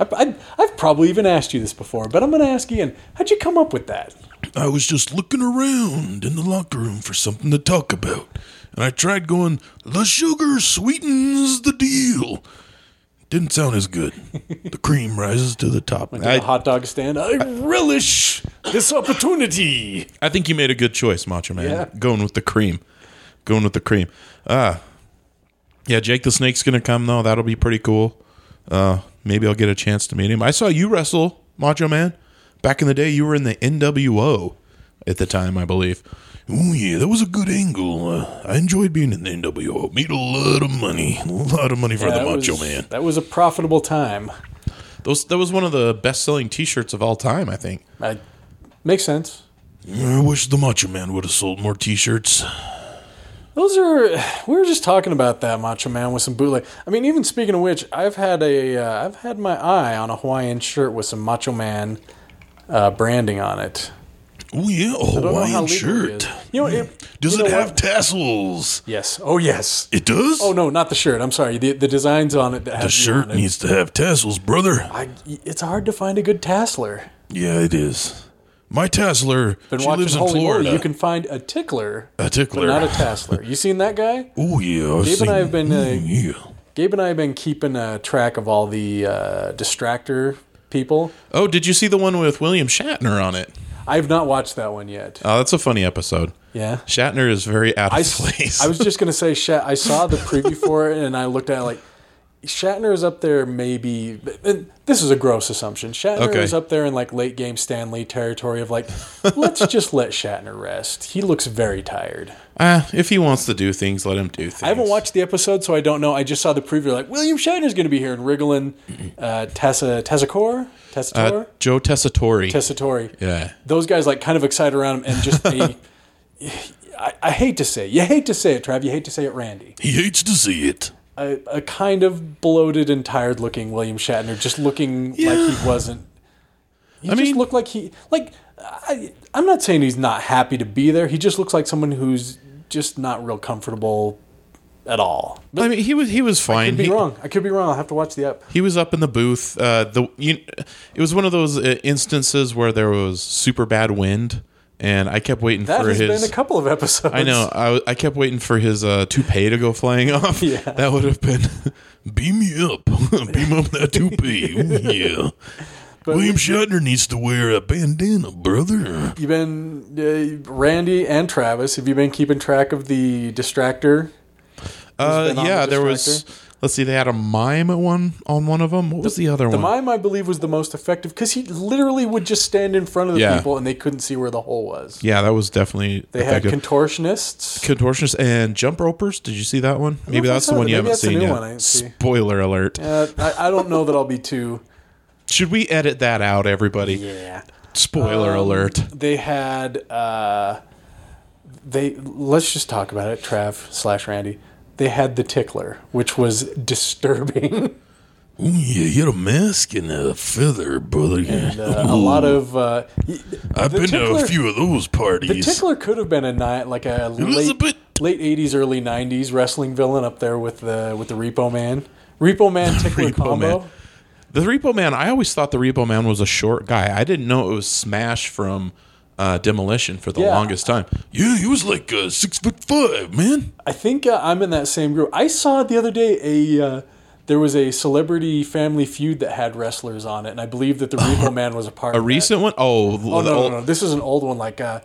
I, I, I've probably even asked you this before, but I'm going to ask Ian. How'd you come up with that? I was just looking around in the locker room for something to talk about, and I tried going, The sugar sweetens the deal. Didn't sound as good. the cream rises to the top. The I- hot dog stand. I relish this opportunity. I think you made a good choice, Macho Man. Yeah. Going with the cream. Going with the cream. Ah. yeah, Jake the Snake's going to come, though. That'll be pretty cool. Uh, maybe I'll get a chance to meet him. I saw you wrestle, Macho Man. Back in the day, you were in the NWO at the time, I believe. Oh, yeah, that was a good angle. Uh, I enjoyed being in the NWO. Made a lot of money. A lot of money for the That Macho was- Man. That was a profitable time. Those, that was one of the best selling t shirts of all time, I think. I, makes sense. I wish the Macho Man would have sold more t shirts. Those are we were just talking about that Macho Man with some bootleg. I mean, even speaking of which, I've had a uh, I've had my eye on a Hawaiian shirt with some Macho Man uh, branding on it. Oh yeah, I a don't know how Hawaiian legal it shirt. is. You know, it, Does you know it have what? tassels? yes. Oh yes. It does. Oh no, not the shirt. I'm sorry. The the designs on it that have the shirt You on it. needs to have tassels, brother. I, it's hard to find a good tassler. Yeah, it is. My tassler, Been she watching lives in Holy Moly, Florida. You can find a tickler, a tickler. but not a tassler. You seen that guy? oh yeah, I've Gabe and I have been, uh, yeah. Gabe and I have been keeping uh, track of all the uh, distractor people. Oh, did you see the one with William Shatner on it? I've not watched that one yet. Uh, Oh, that's a funny episode. Yeah. Shatner is very out of I, s- place. I was just gonna say Shat. I saw the preview for it, and I looked at it like Shatner is up there. Maybe and this is a gross assumption. Shatner Okay. is up there in like late game Stanley territory of like, let's just let Shatner rest. He looks very tired. Ah, if he wants to do things, let him do things. I haven't watched the episode, so I don't know. I just saw the preview like William Shatner's gonna be here and wriggling uh, Tessa Tessacor Tessator Uh, Joe Tessitore. Tessatori. yeah. those guys like kind of excited around him and just they. I, I hate to say it. You hate to say it, Trav. You hate to say it, Randy. He hates to see it. A, a kind of bloated and tired looking William Shatner, just looking like he wasn't. He just mean- looked like he like. I, I'm not saying he's not happy to be there. He just looks like someone who's just not real comfortable at all. I mean, he was he was fine. Could be he, wrong. I could be wrong. I'll have to watch the app. he was up in the booth. Uh, the you, it was one of those uh, instances where there was super bad wind, and I kept waiting That for has his. been a couple of episodes. I know. I, I kept waiting for his uh, toupee to go flying off. Yeah. That would have been. Beam me up, beam up that toupee. Ooh, yeah, William Shatner needs to wear a bandana, brother. You been uh, Randy and Travis? Have you been keeping track of the distractor? Uh, been on yeah, the there was. Let's see. They had a mime at one on one of them. What was the, other The one? mime, I believe, was the most effective because he literally would just stand in front of the Yeah. people and they couldn't see where the hole was. Yeah, that was definitely. They had contortionists. Contortionist and Jump Ropers. Did you see that one? Maybe if I that's saw the one that. you Maybe haven't that's a seen new yet. one I didn't see. Spoiler alert. Uh, I, I don't know that I'll be too. Should we edit that out, everybody? Yeah. Um, Spoiler alert. They had. Uh, they let's just talk about it, Trav slash Randy. They had the tickler, which was disturbing. Ooh, yeah, he had a mask and a feather, brother. Uh, a lot of uh, y- I've the been to tickler- a few of those The parties. tickler could have been a night like a late, Elizabeth. late '80s, early '90s wrestling villain up there with the with the Repo Man, Repo Man tickler Repo combo. Man. The Repo Man. I always thought the Repo Man was a short guy. I didn't know it was Smash from uh, Demolition for the Yeah. longest time. Yeah, he was like uh, six foot five, man. I think uh, I'm in that same group. I saw the other day a uh, there was a celebrity Family Feud that had wrestlers on it, and I believe that the Repo Man was a part. A of that. recent one? Oh, Oh the no, no, old- no, this is an old one. Like uh,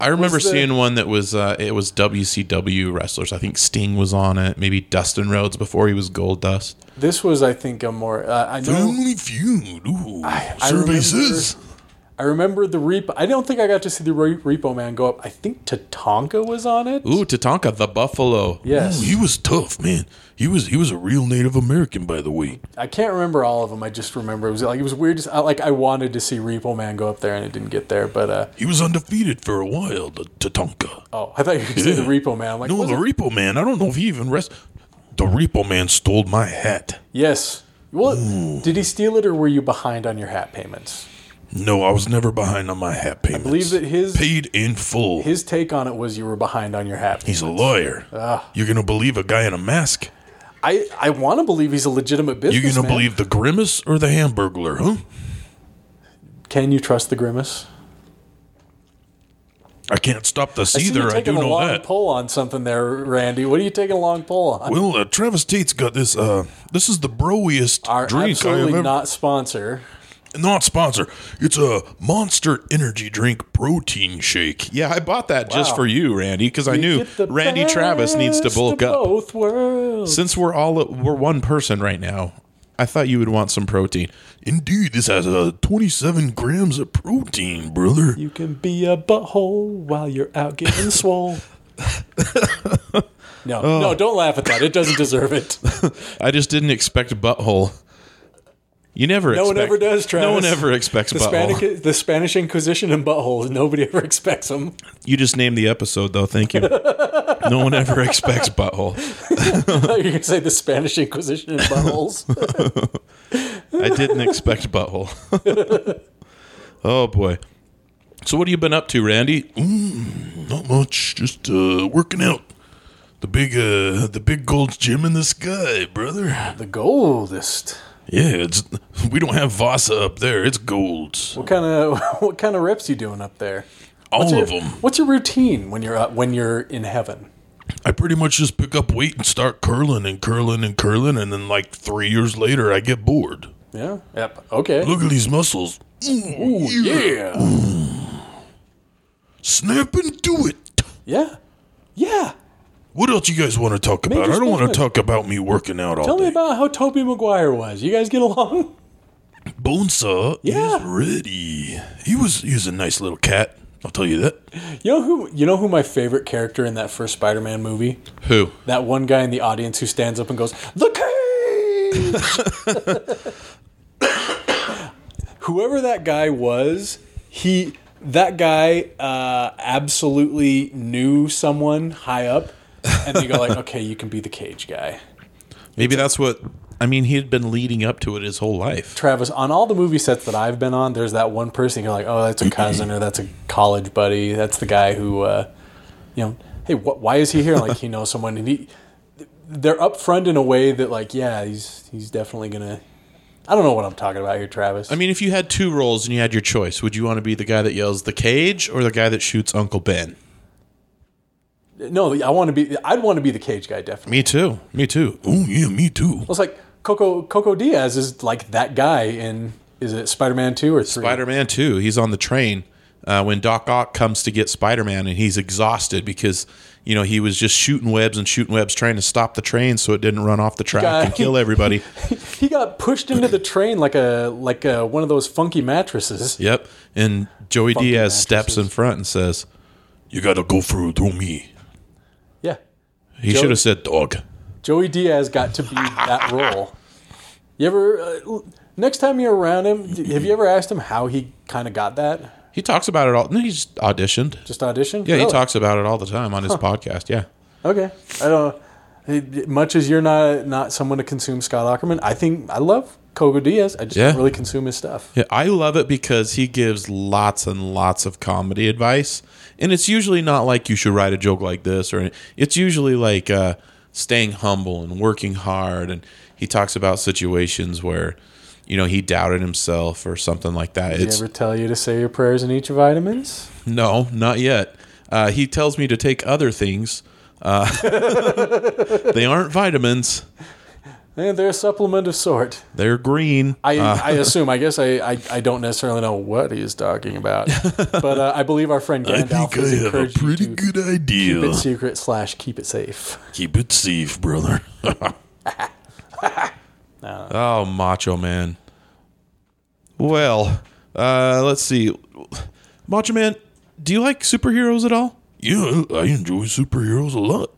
I remember was the- seeing one that was uh, it was WCW wrestlers. I think Sting was on it. Maybe Dustin Rhodes before he was Gold Dust. This was, I think, a more. Uh, I know. Family Feud. Ooh. I Survey remember- says. I remember the Repo. I don't think I got to see the Re- Repo Man go up. I think Tatanka was on it. Ooh, Tatanka the Buffalo. Yes, Ooh, he was tough, man. He was he was a real Native American, by the way. I can't remember all of them. I just remember it was like it was weird. Just I- like I wanted to see Repo Man go up there and it didn't get there. But uh, He was undefeated for a while, the Tatanka. oh, I thought you were saying the Yeah. Repo Man. I'm like No, was the it- Repo Man. I don't know if he even rest. The Repo Man stole my hat. yes. Well, did he steal it or were you behind on your hat payments? No, I was never behind on my hat payments. believe that his- paid in full. His take on it was you were behind on your hat. He's a lawyer. Ah. You're gonna believe a guy in a mask. I I want to believe he's a legitimate businessman. You're gonna believe the grimace or the hamburglar, huh? Can you trust the grimace? I can't stop this see either. you're I do taking a know long that. poll on something there, Randy. What are you taking a long poll on? Well, uh, Travis Tate's got this. Uh, this is the broiest Our drink I have absolutely ever. not sponsor. not sponsor. It's a Monster Energy Drink protein shake. Yeah, I bought that just Wow. for you, Randy, because I knew Get the Randy Travis needs to best bulk of up. Both worlds. Since we're all we're one person right now, I thought you would want some protein. Indeed, this has uh, 27 grams of protein, brother. You can be a butthole while you're out getting swole. No, Oh. no, don't laugh at that. It doesn't deserve it. I just didn't expect butthole. You never. No one expect- ever does, Travis. No one ever expects the butthole. Spanish, the Spanish Inquisition and buttholes. Nobody ever expects them. You just named the episode, though. Thank you. no one ever expects butthole. I thought you were going to say the Spanish Inquisition and buttholes. I didn't expect butthole. oh boy. So what have you been up to, Randy? Not much, just uh, working out. The big, uh, the big gold gym in the sky, brother. the goldest. Yeah, it's we don't have Vasa up there. It's golds, What kind of what kind of reps you doing up there? all of What's your- them. What's your routine when you're up, when you're in heaven? I pretty much just pick up weight and start curling and curling and curling, and then like three years later, I get bored. Yeah. Yep. Okay. Look at these muscles. Ooh, Yeah. Snap into it. Yeah. Yeah. What else you guys want to talk about? Major I don't want to Smith. talk about me working out all Tell day. me about how Toby Maguire was. You guys get along? Bonesaw Yeah. is ready. He was he was a nice little cat. I'll tell you that. You know who? You know who my favorite character in that first Spider-Man movie? Who? That one guy in the audience who stands up and goes, "The cage!" Whoever that guy was, he that guy uh, absolutely knew someone high up, and they go like, "Okay, you can be the cage guy." Maybe that's what. I mean, he had been leading up to it his whole life. Travis, on all the movie sets that I've been on, there's that one person you're like, oh, that's a cousin or that's a college buddy. That's the guy who, uh, you know, hey, wh- why is he here? Like, he knows someone, and he, they're upfront in a way that, like, yeah, he's he's definitely gonna. I don't know what I'm talking about here, Travis. I mean, if you had two roles and you had your choice, would you want to be the guy that yells the cage or the guy that shoots Uncle Ben? no, I want to be. I'd want to be the cage guy, definitely. Me too. Me too. Oh yeah, me too. Well, it's like Coco Coco Diaz is like that guy in is it Spider-Man two or three? Spider Man too. He's on the train uh, when Doc Ock comes to get Spider Man, and he's exhausted because you know he was just shooting webs and shooting webs, trying to stop the train so it didn't run off the track Guy. and kill everybody. he got pushed into the train like a like a, one of those funky mattresses. yep. And Joey Funky Diaz mattresses. steps in front and says, You gotta go through through me. Yeah. "He Joe- should have said dog." Joey Diaz got to be that role. You ever uh, l- next time you're around him, d- have you ever asked him how he kind of got that? He talks about it all. No, he's auditioned. Just audition? Yeah, he Really? talks about it all the time on his podcast. Yeah. Okay, I don't. eh, Much as you're not not someone to consume Scott Ackerman, I think I love Coco Diaz. I just Yeah. don't really consume his stuff. Yeah, I love it because he gives lots and lots of comedy advice, and it's usually not like you should write a joke like this, or it's usually like uh, staying humble and working hard. And he talks about situations where, you know, he doubted himself or something like that. Did It's he ever tell you to say your prayers and eat your vitamins? no, not yet. Uh, he tells me to take other things. Uh, they aren't vitamins. Eh, they're a supplement of sort. They're green. I, I assume. I guess I, I, I don't necessarily know what he's talking about, but uh, I believe our friend I Gandalf think I is have a encouraging you pretty to good keep idea. it secret slash keep it safe. Keep it safe, brother. Uh, Oh, Macho Man. Well, uh, let's see. Macho Man, do you like superheroes at all? yeah, I enjoy superheroes a lot.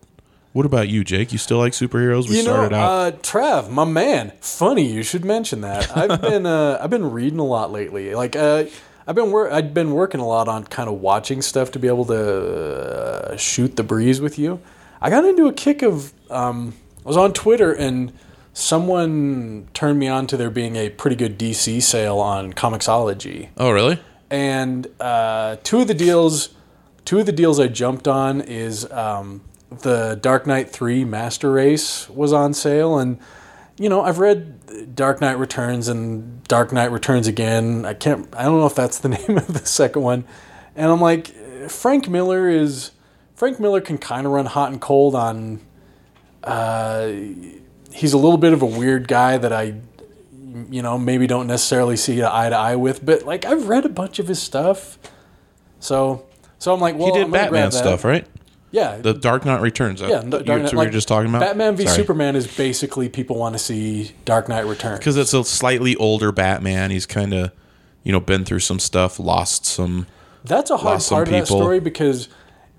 What about you, Jake? You still like superheroes? We You know, started out. uh, Trav, my man. Funny you should mention that. I've been uh, I've been reading a lot lately. Like uh, I've been wor- I've been working a lot on kind of watching stuff to be able to uh, shoot the breeze with you. I got into a kick of um, I was on Twitter and someone turned me on to there being a pretty good DC sale on Comixology oh, really? and uh, two of the deals, two of the deals I jumped on is um, the Dark Knight Three Master Race was on sale, and you know I've read Dark Knight Returns and Dark Knight Returns again. I can't, I don't know if that's the name of the second one, and I'm like, Frank Miller is Frank Miller can kind of run hot and cold on. Uh, he's a little bit of a weird guy that I you know, maybe don't necessarily see eye to eye with, but like I've read a bunch of his stuff. So so I'm like, well, He I'm did gonna Batman grab that. stuff, right? Yeah. The Dark Knight Returns. yeah, Yeah, the you, Dark Knight- two like, were just talking about Batman v Superman is basically people want to see Dark Knight Return. because it's a slightly older Batman. He's kind of, you know, been through some stuff, lost some. That's a hard lost some part of that people. story because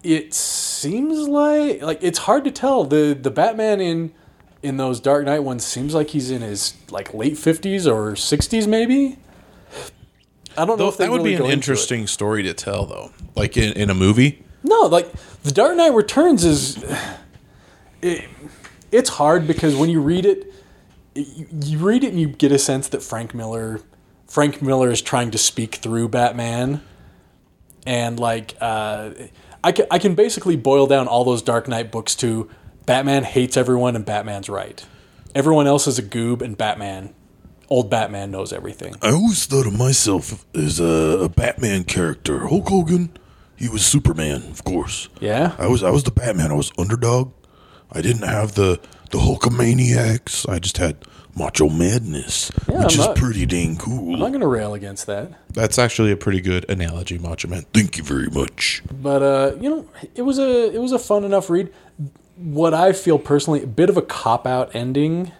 it seems like like it's hard to tell. The the Batman in in those Dark Knight ones seems like he's in his like late fifties or sixties maybe. I don't know Though, if they that would really be go an into it. interesting story to tell, though, like in, in a movie. No, like The Dark Knight Returns is it, it's hard because when you read it, you, you read it and you get a sense that Frank Miller Frank Miller is trying to speak through Batman, and like uh, I can I can basically boil down all those Dark Knight books to Batman hates everyone and Batman's right. Everyone else is a goob and Batman, old Batman knows everything. I always thought of myself as a, a Batman character. Hulk Hogan, he was Superman, of course. Yeah, I was I was the Batman. I was underdog. I didn't have the the Hulkamaniacs. I just had Macho Madness, which I'm is not- pretty dang I'm cool. not gonna rail against that. That's actually a pretty good analogy, Macho Man. Thank you very much. but uh, you know, it was a it was a fun enough read. What I feel personally, a bit of a cop out ending.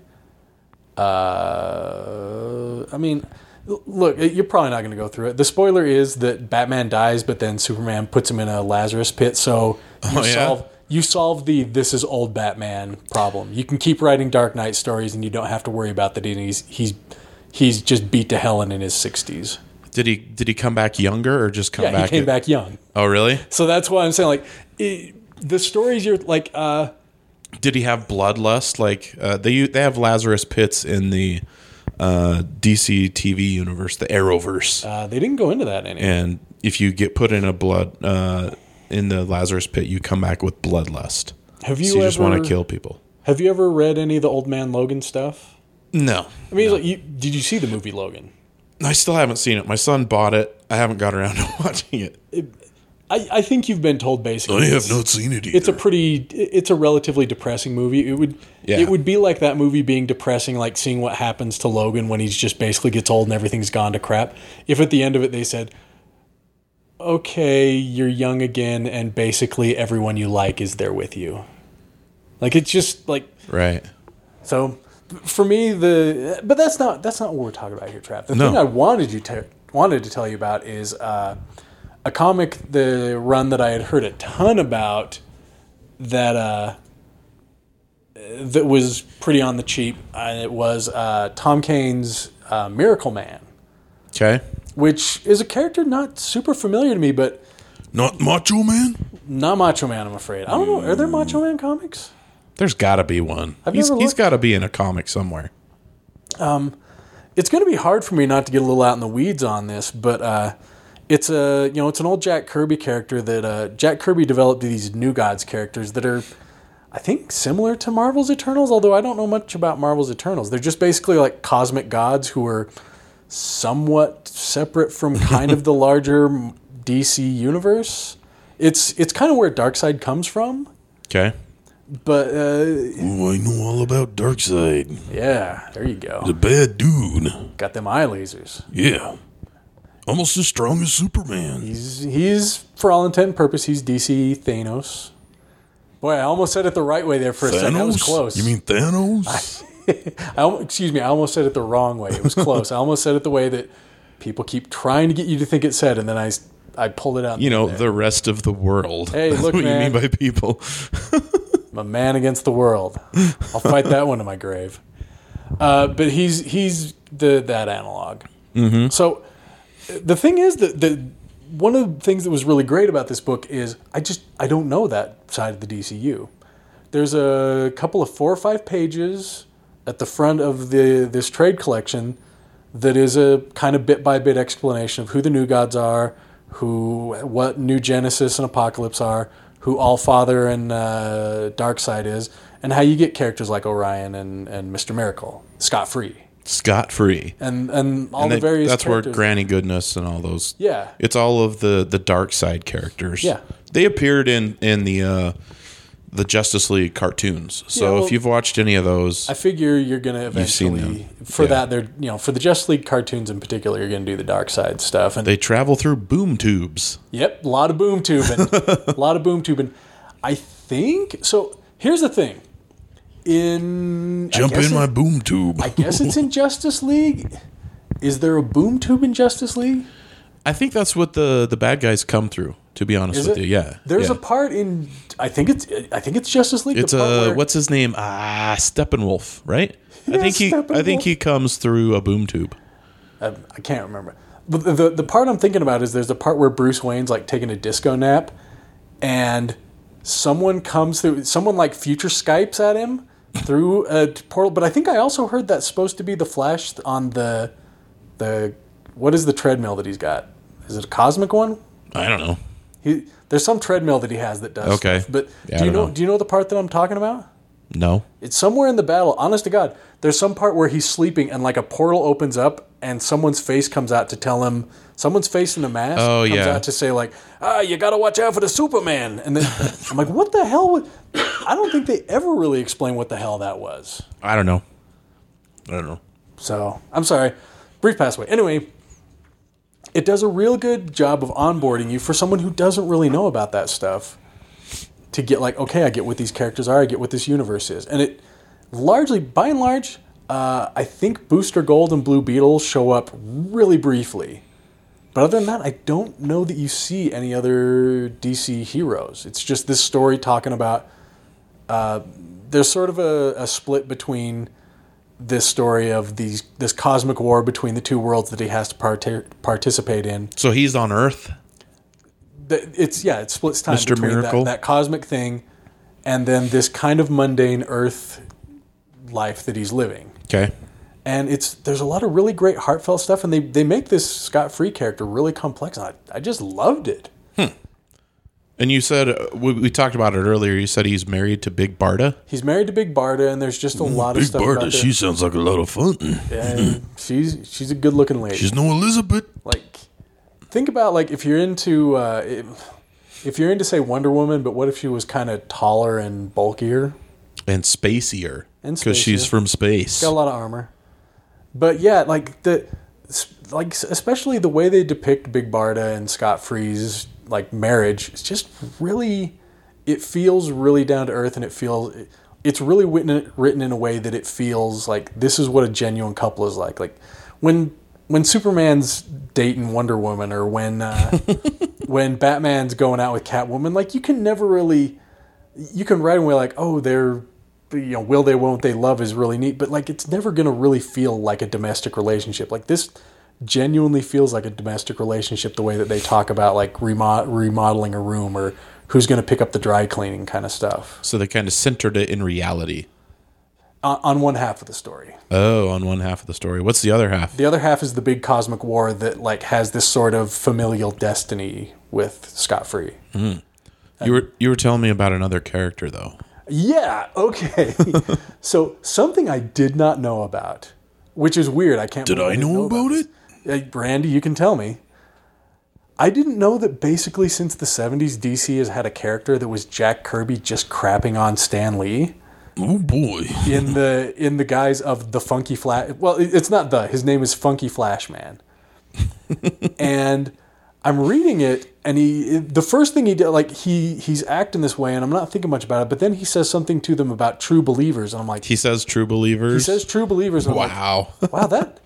Uh, I mean, l- look, you're probably not going to go through it. The spoiler is that Batman dies, but then Superman puts him in a Lazarus pit. So you Oh, yeah? solve you solve the this is old Batman problem. You can keep writing Dark Knight stories, and you don't have to worry about that. He's he's he's just beat to hell and in his sixties. Did he did he come back younger or just come Yeah, back? he came at- back young. Oh, really? So that's why I'm saying like it, the stories you're like uh Did he have bloodlust? Like uh, they they have Lazarus Pits in the uh, DC TV universe, the Arrowverse, uh they didn't go into that any. and if you get put in a blood uh, in the Lazarus Pit, you come back with bloodlust. Have you so you ever just want to kill people? Have you ever read any of the Old Man Logan stuff? No, I mean, like you, did you see the movie Logan? I still haven't seen it. My son bought it. I haven't got around to watching it. I, I think you've been told basically. I have it's- not seen it either. It's a pretty. It's a relatively depressing movie. It would. Yeah. It would be like that movie being depressing, like seeing what happens to Logan when he's just basically gets old and everything's gone to crap. If at the end of it they said, "Okay, you're young again, and basically everyone you like is there with you," like it's just like Right. so for me the but that's not that's not what we're talking about here, Trav. The No. thing I wanted you to wanted to tell you about is uh, a comic the run that I had heard a ton about that uh, that was pretty on the cheap. And it was uh, Tom Kane's uh, Miracle Man, Okay. which is a character not super familiar to me, but Not Macho Man. not Macho Man, I'm afraid. I don't know. Are there Macho Man comics? There's got to be one. He's, never he's looked. got to be in a comic somewhere. it's going to be hard for me not to get a little out in the weeds on this, but uh, it's a you know it's an old Jack Kirby character that uh, Jack Kirby developed these New Gods characters that are, I think, similar to Marvel's Eternals. Although I don't know much about Marvel's Eternals, they're just basically like cosmic gods who are somewhat separate from kind of the larger DC universe. It's it's kind of where Darkseid comes from Okay. But uh, Ooh, I know all about Darkseid. yeah, there you go. The bad dude. Got them eye lasers. Yeah. Almost as strong as Superman. He's he's for all intent and purpose, he's DC Thanos. Boy, I almost said it the right way there for a second. That was close. You mean Thanos? I, al- excuse me, I almost said it the wrong way. It was close. I almost said it the way that people keep trying to get you to think it's said, and then I, s- I pulled it out. You know, the rest of the world. Hey, That's look, what man. you mean by people. I'm a man against the world. I'll fight that one to my grave. Uh, but he's he's the that analog. Mm-hmm. So the thing is that the one of the things that was really great about this book is I just I don't know that side of the DCU. There's a couple of four or five pages at the front of the this trade collection that is a kind of bit by bit explanation of who the new gods are, who what New Genesis and Apocalypse are, who All Father and uh, Darkseid is, and how you get characters like Orion and, and Mister Miracle scot free, Scot free. and and all And the that- various that's where characters. Granny Goodness and all those. Yeah. it's all of the the dark side characters. Yeah. they appeared in in the uh, the Justice League cartoons. So Yeah, well- if you've watched any of those, I figure you're gonna seen eventually them. for Yeah. that they're you know for the Justice League cartoons in particular you're gonna do the dark side stuff and they travel through boom tubes. Yep, a lot of boom tubing. a lot of boom tubing. I think so. Here's the thing. In I Jump guess in it- my boom tube. I guess it's in Justice League. Is there a boom tube in Justice League? I think that's what the the bad guys come through. To be honest Is with it? you, yeah. There's yeah. a part in I think it's I think it's Justice League. the It's uh, part a where- what's his name? Ah, Steppenwolf, right? I Yeah, think he I think Steppenwolf. he comes through a boom tube. I, I can't remember. But the, the the part I'm thinking about is there's the part where Bruce Wayne's like taking a disco nap, and someone comes through. Someone like future Skypes at him through a t- portal. But I think I also heard that's supposed to be the Flash on the the what is the treadmill that he's got? Is it a cosmic one? I don't know. He, there's some treadmill that he has that does. Okay. stuff. But Yeah, I do you don't know, know. do you know the part that I'm talking about? No. It's somewhere in the battle. Honest to God, there's some part where he's sleeping and like a portal opens up and someone's face comes out to tell him someone's face in a mask Oh, comes yeah. out to say like, "Ah, you got to watch out for the Superman." And then I'm like, "What the hell was I don't think they ever really explained what the hell that was. I don't know. I don't know. So, I'm sorry. Brief passway. Anyway, it does a real good job of onboarding you for someone who doesn't really know about that stuff to get like, okay, I get what these characters are, I get what this universe is. And it largely, by and large, uh, I think Booster Gold and Blue Beetle show up really briefly. But other than that, I don't know that you see any other DC heroes. It's just this story talking about. Uh, there's sort of a, a split between this story of these this cosmic war between the two worlds that he has to parta- participate in. So he's on Earth. Th- It's yeah, it splits time Mr. between that, Miracle. that cosmic thing and then this kind of mundane Earth life that he's living. Okay. And it's there's a lot of really great heartfelt stuff, and they they make this Scott Free character really complex. And I I just loved it. And you said uh, we, we talked about it earlier. You said he's married to Big Barda. He's married to Big Barda, and there's just a lot Mm, Big of stuff. Barda, about she sounds like a lot of fun. there. And she's she's a good looking lady. She's no Elizabeth. like think about like if you're into uh, if, if you're into say Wonder Woman, but what if she was kind of taller and bulkier, and spacier And because she's spacier. from space. got a lot of armor. But yeah, like the like especially the way they depict Big Barda and Scott Free's like marriage, it's just really it feels really down to earth, and it feels it's really written written in a way that it feels like this is what a genuine couple is like. Like when when Superman's dating Wonder Woman, or when uh, when Batman's going out with Catwoman, like you can never really you can write away like, oh, they're you know, will they, won't they, love is really neat, but like it's never gonna really feel like a domestic relationship. Like this genuinely feels like a domestic relationship the way that they talk about like remo- remodeling a room or who's gonna pick up the dry cleaning kind of stuff so they kind of centered it in reality. on, on one half of the story. Oh, on one half of the story. What's the other half? The other half is the big cosmic war that like has this sort of familial destiny with Scott Free. Uh, you were you were telling me about another character though. Yeah, okay. so something I did not know about, which is weird. I can't. Did believe I didn't know about this. Uh, Brandy, you can tell me. I didn't know that basically since the 70s, DC has had a character that was Jack Kirby just crapping on Stan Lee Oh boy. in the in the guise of the Funky Flash. Well, it- it's not the. His name is Funky Flashman. and I'm reading it, and he the first thing he did, like he he's acting this way, and I'm not thinking much about it. But then he says something to them about true believers, and I'm like, He says true he believers. says true believers. And I'm like, wow. wow, that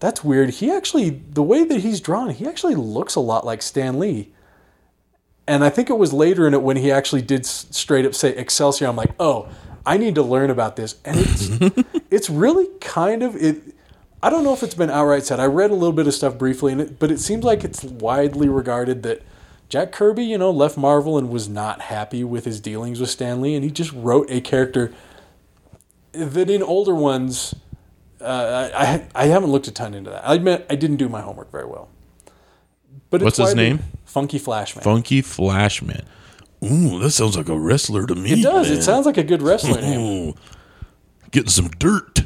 that's weird. He actually, the way that he's drawn, he actually looks a lot like Stan Lee. And I think it was later in it when he actually did s- straight up say Excelsior. I'm like, oh, I need to learn about this. And it's it's really kind of it. I don't know if it's been outright said. I read a little bit of stuff briefly, and it, but it seems like it's widely regarded that Jack Kirby, you know, left Marvel and was not happy with his dealings with Stan Lee, and he just wrote a character that in older ones uh, I, I haven't looked a ton into that. I admit I didn't do my homework very well. But it's What's his widely- name? Funky Flashman. Funky Flashman. Ooh, that sounds like a wrestler to me. it does. Man. It sounds like a good wrestler name. Ooh, getting some dirt.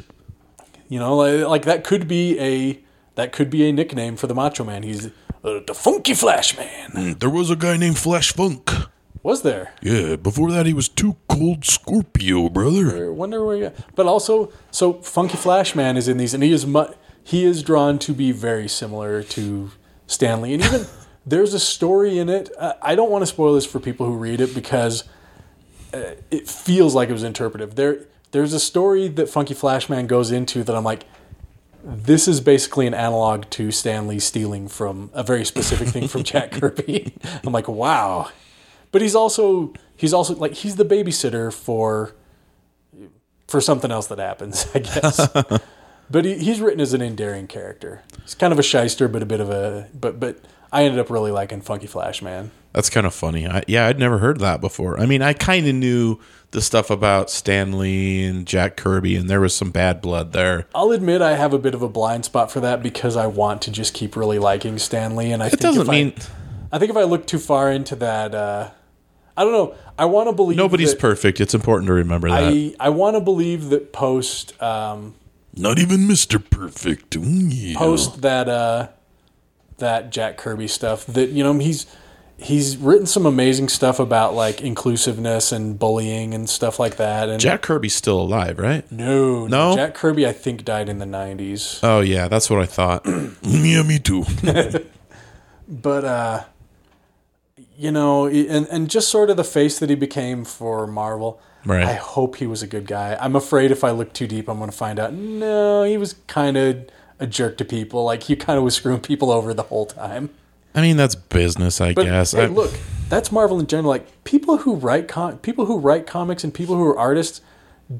You know, like, like that could be a that could be a nickname for the Macho Man. He's uh, the Funky Flashman. Mm, There was a guy named Flash Funk. Was there? Yeah, before that he was too cold Scorpio, brother. I wonder where. You, but also, so Funky Flashman is in these, and he is mu- he is drawn to be very similar to Stanley, and even there's a story in it. Uh, I don't want to spoil this for people who read it because uh, it feels like it was interpretive. There, there's a story that Funky Flashman goes into that I'm like. This is basically an analog to Stanley stealing from a very specific thing from Jack Kirby. I'm like, wow. But he's also he's also like he's the babysitter for for something else that happens, I guess. but he, he's written as an endearing character. He's kind of a shyster, but a bit of a but but I ended up really liking Funky Flash Man. That's kind of funny. I, yeah, I'd never heard that before. I mean, I kind of knew the stuff about Stanley and Jack Kirby, and there was some bad blood there. I'll admit I have a bit of a blind spot for that because I want to just keep really liking Stanley, and I It think doesn't if mean I, I think if I look too far into that, uh, I don't know. I want to believe nobody's that perfect. It's important to remember that. I I want to believe that post um, Not even Mr. Perfect. Mm, yeah. post that uh that Jack Kirby stuff that you know he's he's written some amazing stuff about like inclusiveness and bullying and stuff like that and Jack Kirby's still alive, right? no, No? Jack Kirby I think died in the 90s Oh yeah, that's what I thought. Mm, yeah, me too. but uh you know i- and and just sort of the face that he became for Marvel Right. I hope he was a good guy. I'm afraid if I look too deep, I'm going to find out. No, he was kind of a jerk to people. Like he kind of was screwing people over the whole time. I mean, that's business, I But guess. hey, I- look, that's Marvel in general. Like people who write com- people who write comics and people who are artists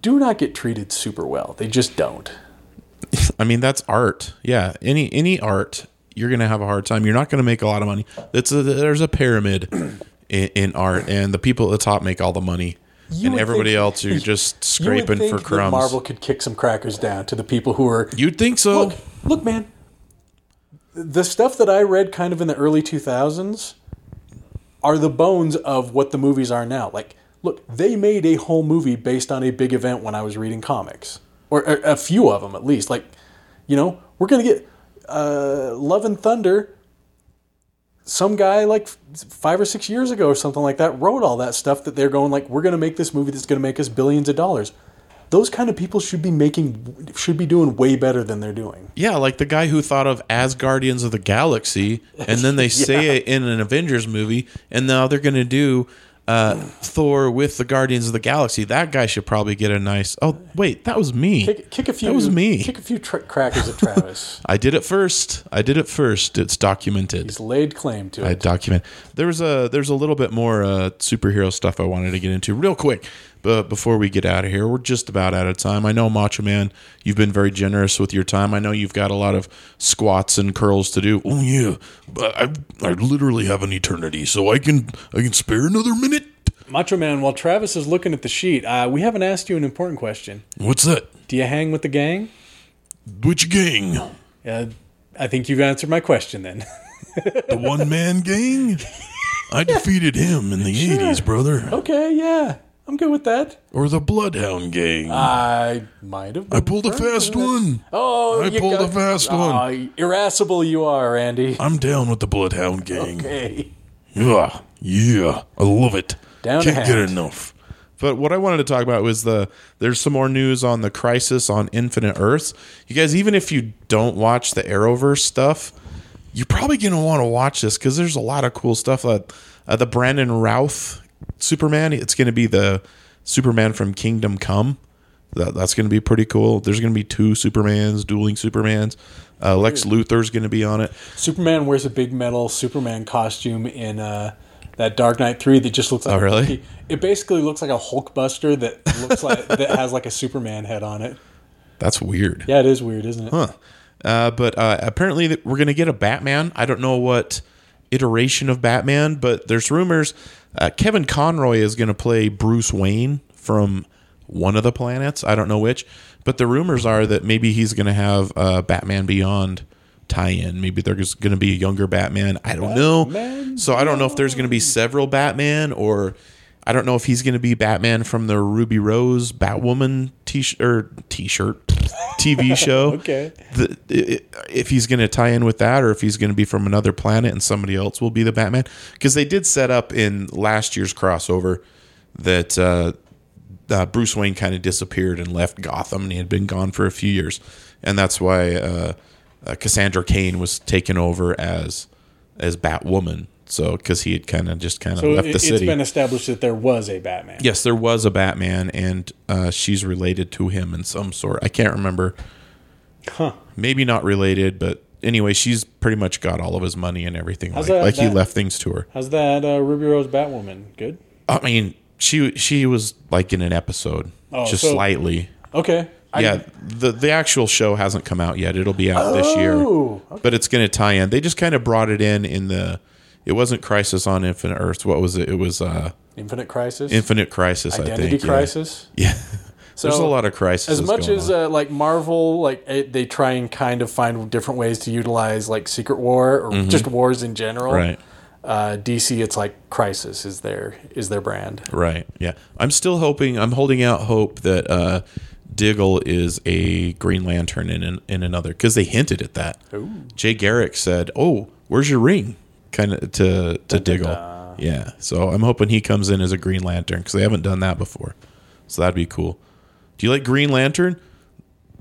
do not get treated super well. They just don't. I mean, that's art. Yeah, any any art, you're gonna have a hard time. You're not gonna make a lot of money. That's a, there's a pyramid in, in art, and the people at the top make all the money, You and would everybody think- else you're just You would scraping think for that crumbs. Marvel could kick some crackers down to the people who are. You'd think so. Look, Oh, look, man. The stuff that I read kind of in the early 2000s are the bones of what the movies are now. Like, look, they made a whole movie based on a big event when I was reading comics, or a, a few of them at least. Like, you know, we're going to get uh, Love and Thunder. Some guy like f- five or six years ago or something like that wrote all that stuff that they're going like we're going to make this movie that's going to make us billions of dollars. Those kind of people should be making should be doing way better than they're doing. Yeah, like the guy who thought of as Guardians of the Galaxy, and then they say it in an Avengers movie, and now they're going to do uh, Thor with the Guardians of the Galaxy. That guy should probably get a nice. Oh wait, that was me. Kick, kick a few. That was me. Kick a few tr- crackers at Travis. I did it first. I did it first. It's documented. He's laid claim to I it. document. There was a there's a little bit more uh, superhero stuff I wanted to get into real quick, but before we get out of here, we're just about out of time. I know Macho Man, you've been very generous with your time. I know you've got a lot of squats and curls to do. Oh yeah, but I I literally have an eternity, so I can I can spare another minute. Macho Man, while Travis is looking at the sheet, uh, we haven't asked you an important question. What's that? Do you hang with the gang? Which gang? Uh, I think you've answered my question then. The one man gang? I defeated him in the 80s, brother. okay, yeah. I'm good with that. Or the Bloodhound Gang. I might have. I pulled a fast one. Ah. Oh, I you pulled got- a fast one. Aw, irascible you are, Andy. I'm down with the Bloodhound Gang. Hey, Yeah, yeah, I love it. Down Can't hat. get enough. But what I wanted to talk about was the there's some more news on the crisis on Infinite Earths. You guys, even if you don't watch the Arrowverse stuff, you're probably gonna want to watch this because there's a lot of cool stuff. Uh, uh, the Brandon Routh Superman, it's gonna be the Superman from Kingdom Come. That, that's gonna be pretty cool. There's gonna be two Supermans, dueling Supermans. Uh, Lex Luthor's gonna be on it. Superman wears a big metal Superman costume in uh, that Dark Knight Three that just looks. like Oh, really? he- it basically looks like a Hulkbuster that looks like that has like a Superman head on it. That's weird. Yeah, it is weird, isn't it? Huh. Uh, but uh, apparently that we're going to get a Batman. I don't know what iteration of Batman, but there's rumors uh, Kevin Conroy is going to play Bruce Wayne from one of the planets. I don't know which, but the rumors are that maybe he's going to have uh, Batman Beyond tie-in. Maybe there's going to be a younger Batman. I don't know. Batman So I don't know if there's going to be several Batman or. I don't know if he's going to be Batman from the Ruby Rose Batwoman t-shirt or t-shirt TV show Okay. the, i- i- if he's going to tie in with that or if he's going to be from another planet and somebody else will be the Batman. Because they did set up in last year's crossover that uh, uh, Bruce Wayne kind of disappeared and left Gotham and he had been gone for a few years. And that's why uh, uh, Cassandra Cain was taken over as as Batwoman. So, because he had kind of just kind of So left it, the has city. been established that there was a Batman. Yes, there was a Batman, and uh, she's related to him in some sort. I can't remember. Huh. Maybe not related, but anyway, she's pretty much got all of his money and everything. How's like that- like he that- left things to her. How's that uh, Ruby Rose Batwoman? Good. I mean, she she was like in an episode, Oh, just so- slightly. Okay. I- yeah, the the actual show hasn't come out yet. It'll be out this year, Oh, but it's going to tie in. They just kind of brought it in in the. It wasn't Crisis on Infinite Earths. What was it? It was uh, Infinite Crisis. Infinite Crisis. I Identity think. yeah. Crisis. Yeah. So There's a lot of crises. as much going as on. uh, like Marvel, like it, they try and kind of find different ways to utilize like Secret War or just wars in general. right. Uh, DC, it's like Crisis is their is their brand. Right. Yeah. I'm still hoping. I'm holding out hope that uh, Diggle is a Green Lantern in an, in another because they hinted at that. Jay Garrick said, "Oh, where's your ring?" Kind of to to Diggle. Yeah. So I'm hoping he comes in as a Green Lantern because they haven't done that before. So that'd be cool. Do you like Green Lantern,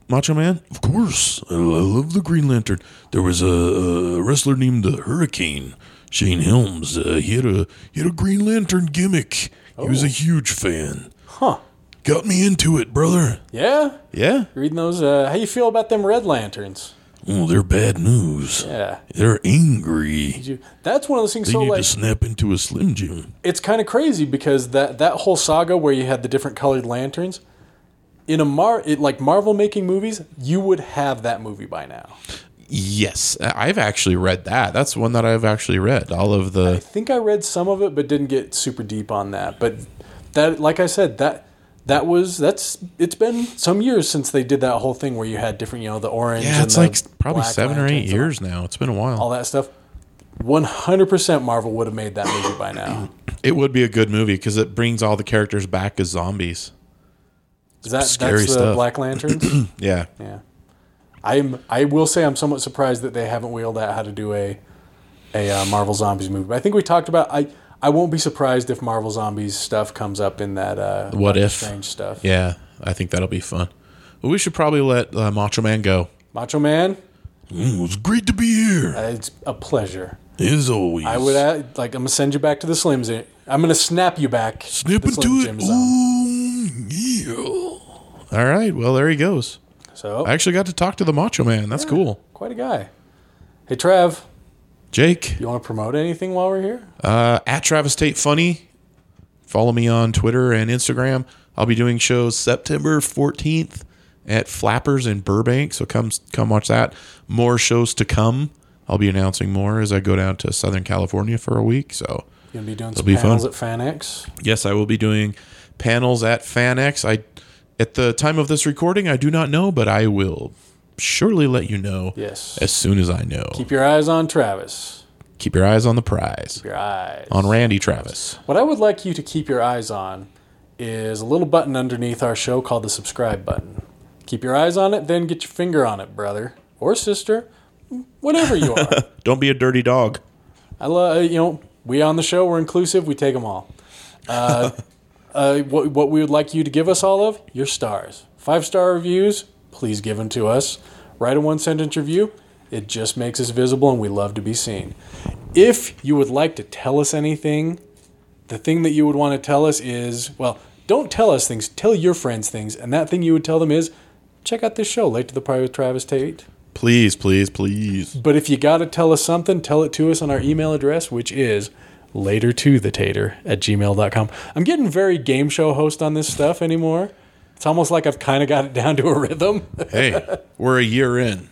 Macho Man? Of course, I I love the Green Lantern. There was a, a wrestler named the Hurricane, Shane Helms. Uh, he had a he had a Green Lantern gimmick. He Oh. was a huge fan. Huh? Got me into it, brother. Yeah. Yeah. Reading those. Uh, how you feel about them Red Lanterns? Oh, they're bad news. Yeah. They're angry. You- That's one of those things. They so need like, to snap into a Slim Jim. it's kind of crazy because that that whole saga where you had the different colored lanterns in a mar it, like Marvel making movies, you would have that movie by now. Yes. I- I've actually read that. That's one that I've actually read. All of the. I think I read some of it, but didn't get super deep on that. But that, like I said, that that was that's it's been some years since they did that whole thing where you had different, you know, the orange. Yeah, and it's the like probably black seven or eight lanterns and years now. It's been a while. All that stuff. One hundred percent, Marvel would have made that movie by now. It would be a good movie because it brings all the characters back as zombies. Is that Scary that's the stuff. Black Lanterns? Yeah. yeah, I'm. I will say I'm somewhat surprised that they haven't wheeled out how to do a a uh, Marvel Zombies movie. But I think we talked about. I I won't be surprised if Marvel Zombies stuff comes up in that uh, What Doctor if? Strange stuff. Yeah. I think that'll be fun. Well, we should probably let uh, Macho Man go. Macho Man, Mm, it was great to be here, it's a pleasure. as always. I would uh, like. I'm gonna send you back to the Slim Zone. I'm gonna snap you back. to snap the into it. Jim Zone. Ooh, yeah. All right. Well, there he goes. So I actually got to talk to the Macho Man. That's cool. quite a guy. Hey Trav, Jake, you want to promote anything while we're here? uh, at Travis Tate Funny, follow me on Twitter and Instagram. I'll be doing shows September 14th at Flappers in Burbank. So come come watch that. More shows to come. I'll be announcing more as I go down to Southern California for a week. So You gonna be doing some be panels fun. at FanX? Yes, I will be doing panels at FanX. I at the time of this recording, I do not know, but I will surely let you know Yes. as soon as I know. Keep, Keep your eyes on Travis. your eyes on the prize Your eyes. on Randy Travis. What I would like you to keep your eyes on is a little button underneath our show called the subscribe button. Keep your eyes on it, then get your finger on it, brother or sister, whatever you are. Don't be a dirty dog. I love you know we on the show we're inclusive we take them all. Uh, uh, what what we would like you to give us all of your stars five star reviews please give them to us write a one sentence review it just makes us visible and we love to be seen. If you would like to tell us anything, the thing that you would want to tell us is well don't tell us things tell your friends things and that thing you would tell them is check out this show late to the party with Travis Tate. Please, please, please. But if you got to tell us something, tell it to us on our email address, which is later to the tater at gmail.com. I'm getting very game show host on this stuff anymore. It's almost like I've kind of got it down to a rhythm. Hey, we're a year in.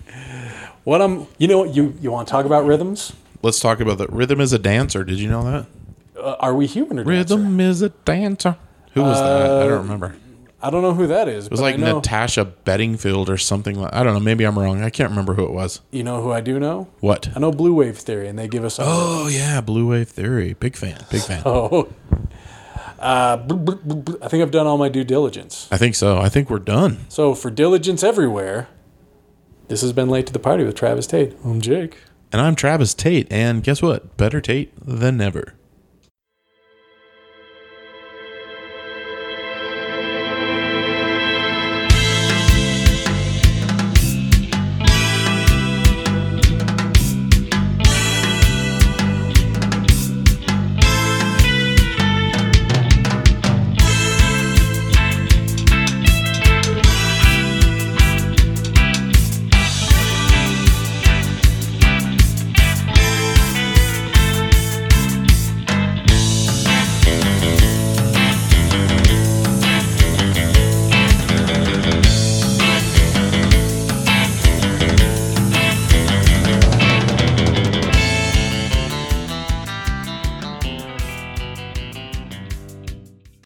what I'm, you know, what you, you want to talk about rhythms? Let's talk about that. Rhythm is a dancer. Did you know that? Uh, are we human or dancer? Rhythm is a dancer. Uh, Who was that? I don't remember. It I don't know who that is. It was like I know, Natasha Bedingfield or something. Like, I don't know. Maybe I'm wrong. I can't remember who it was. you know who I do know? What? I know Blue Wave Theory, and they give us. Oh, Oh yeah, Blue Wave Theory. Big fan. Big fan. oh. Uh, br- br- br- br- I think I've done all my due diligence. I think so. I think we're done. So for diligence everywhere, this has been late to the party with Travis Tate. I'm Jake. And I'm Travis Tate. And guess what? Better Tate than never.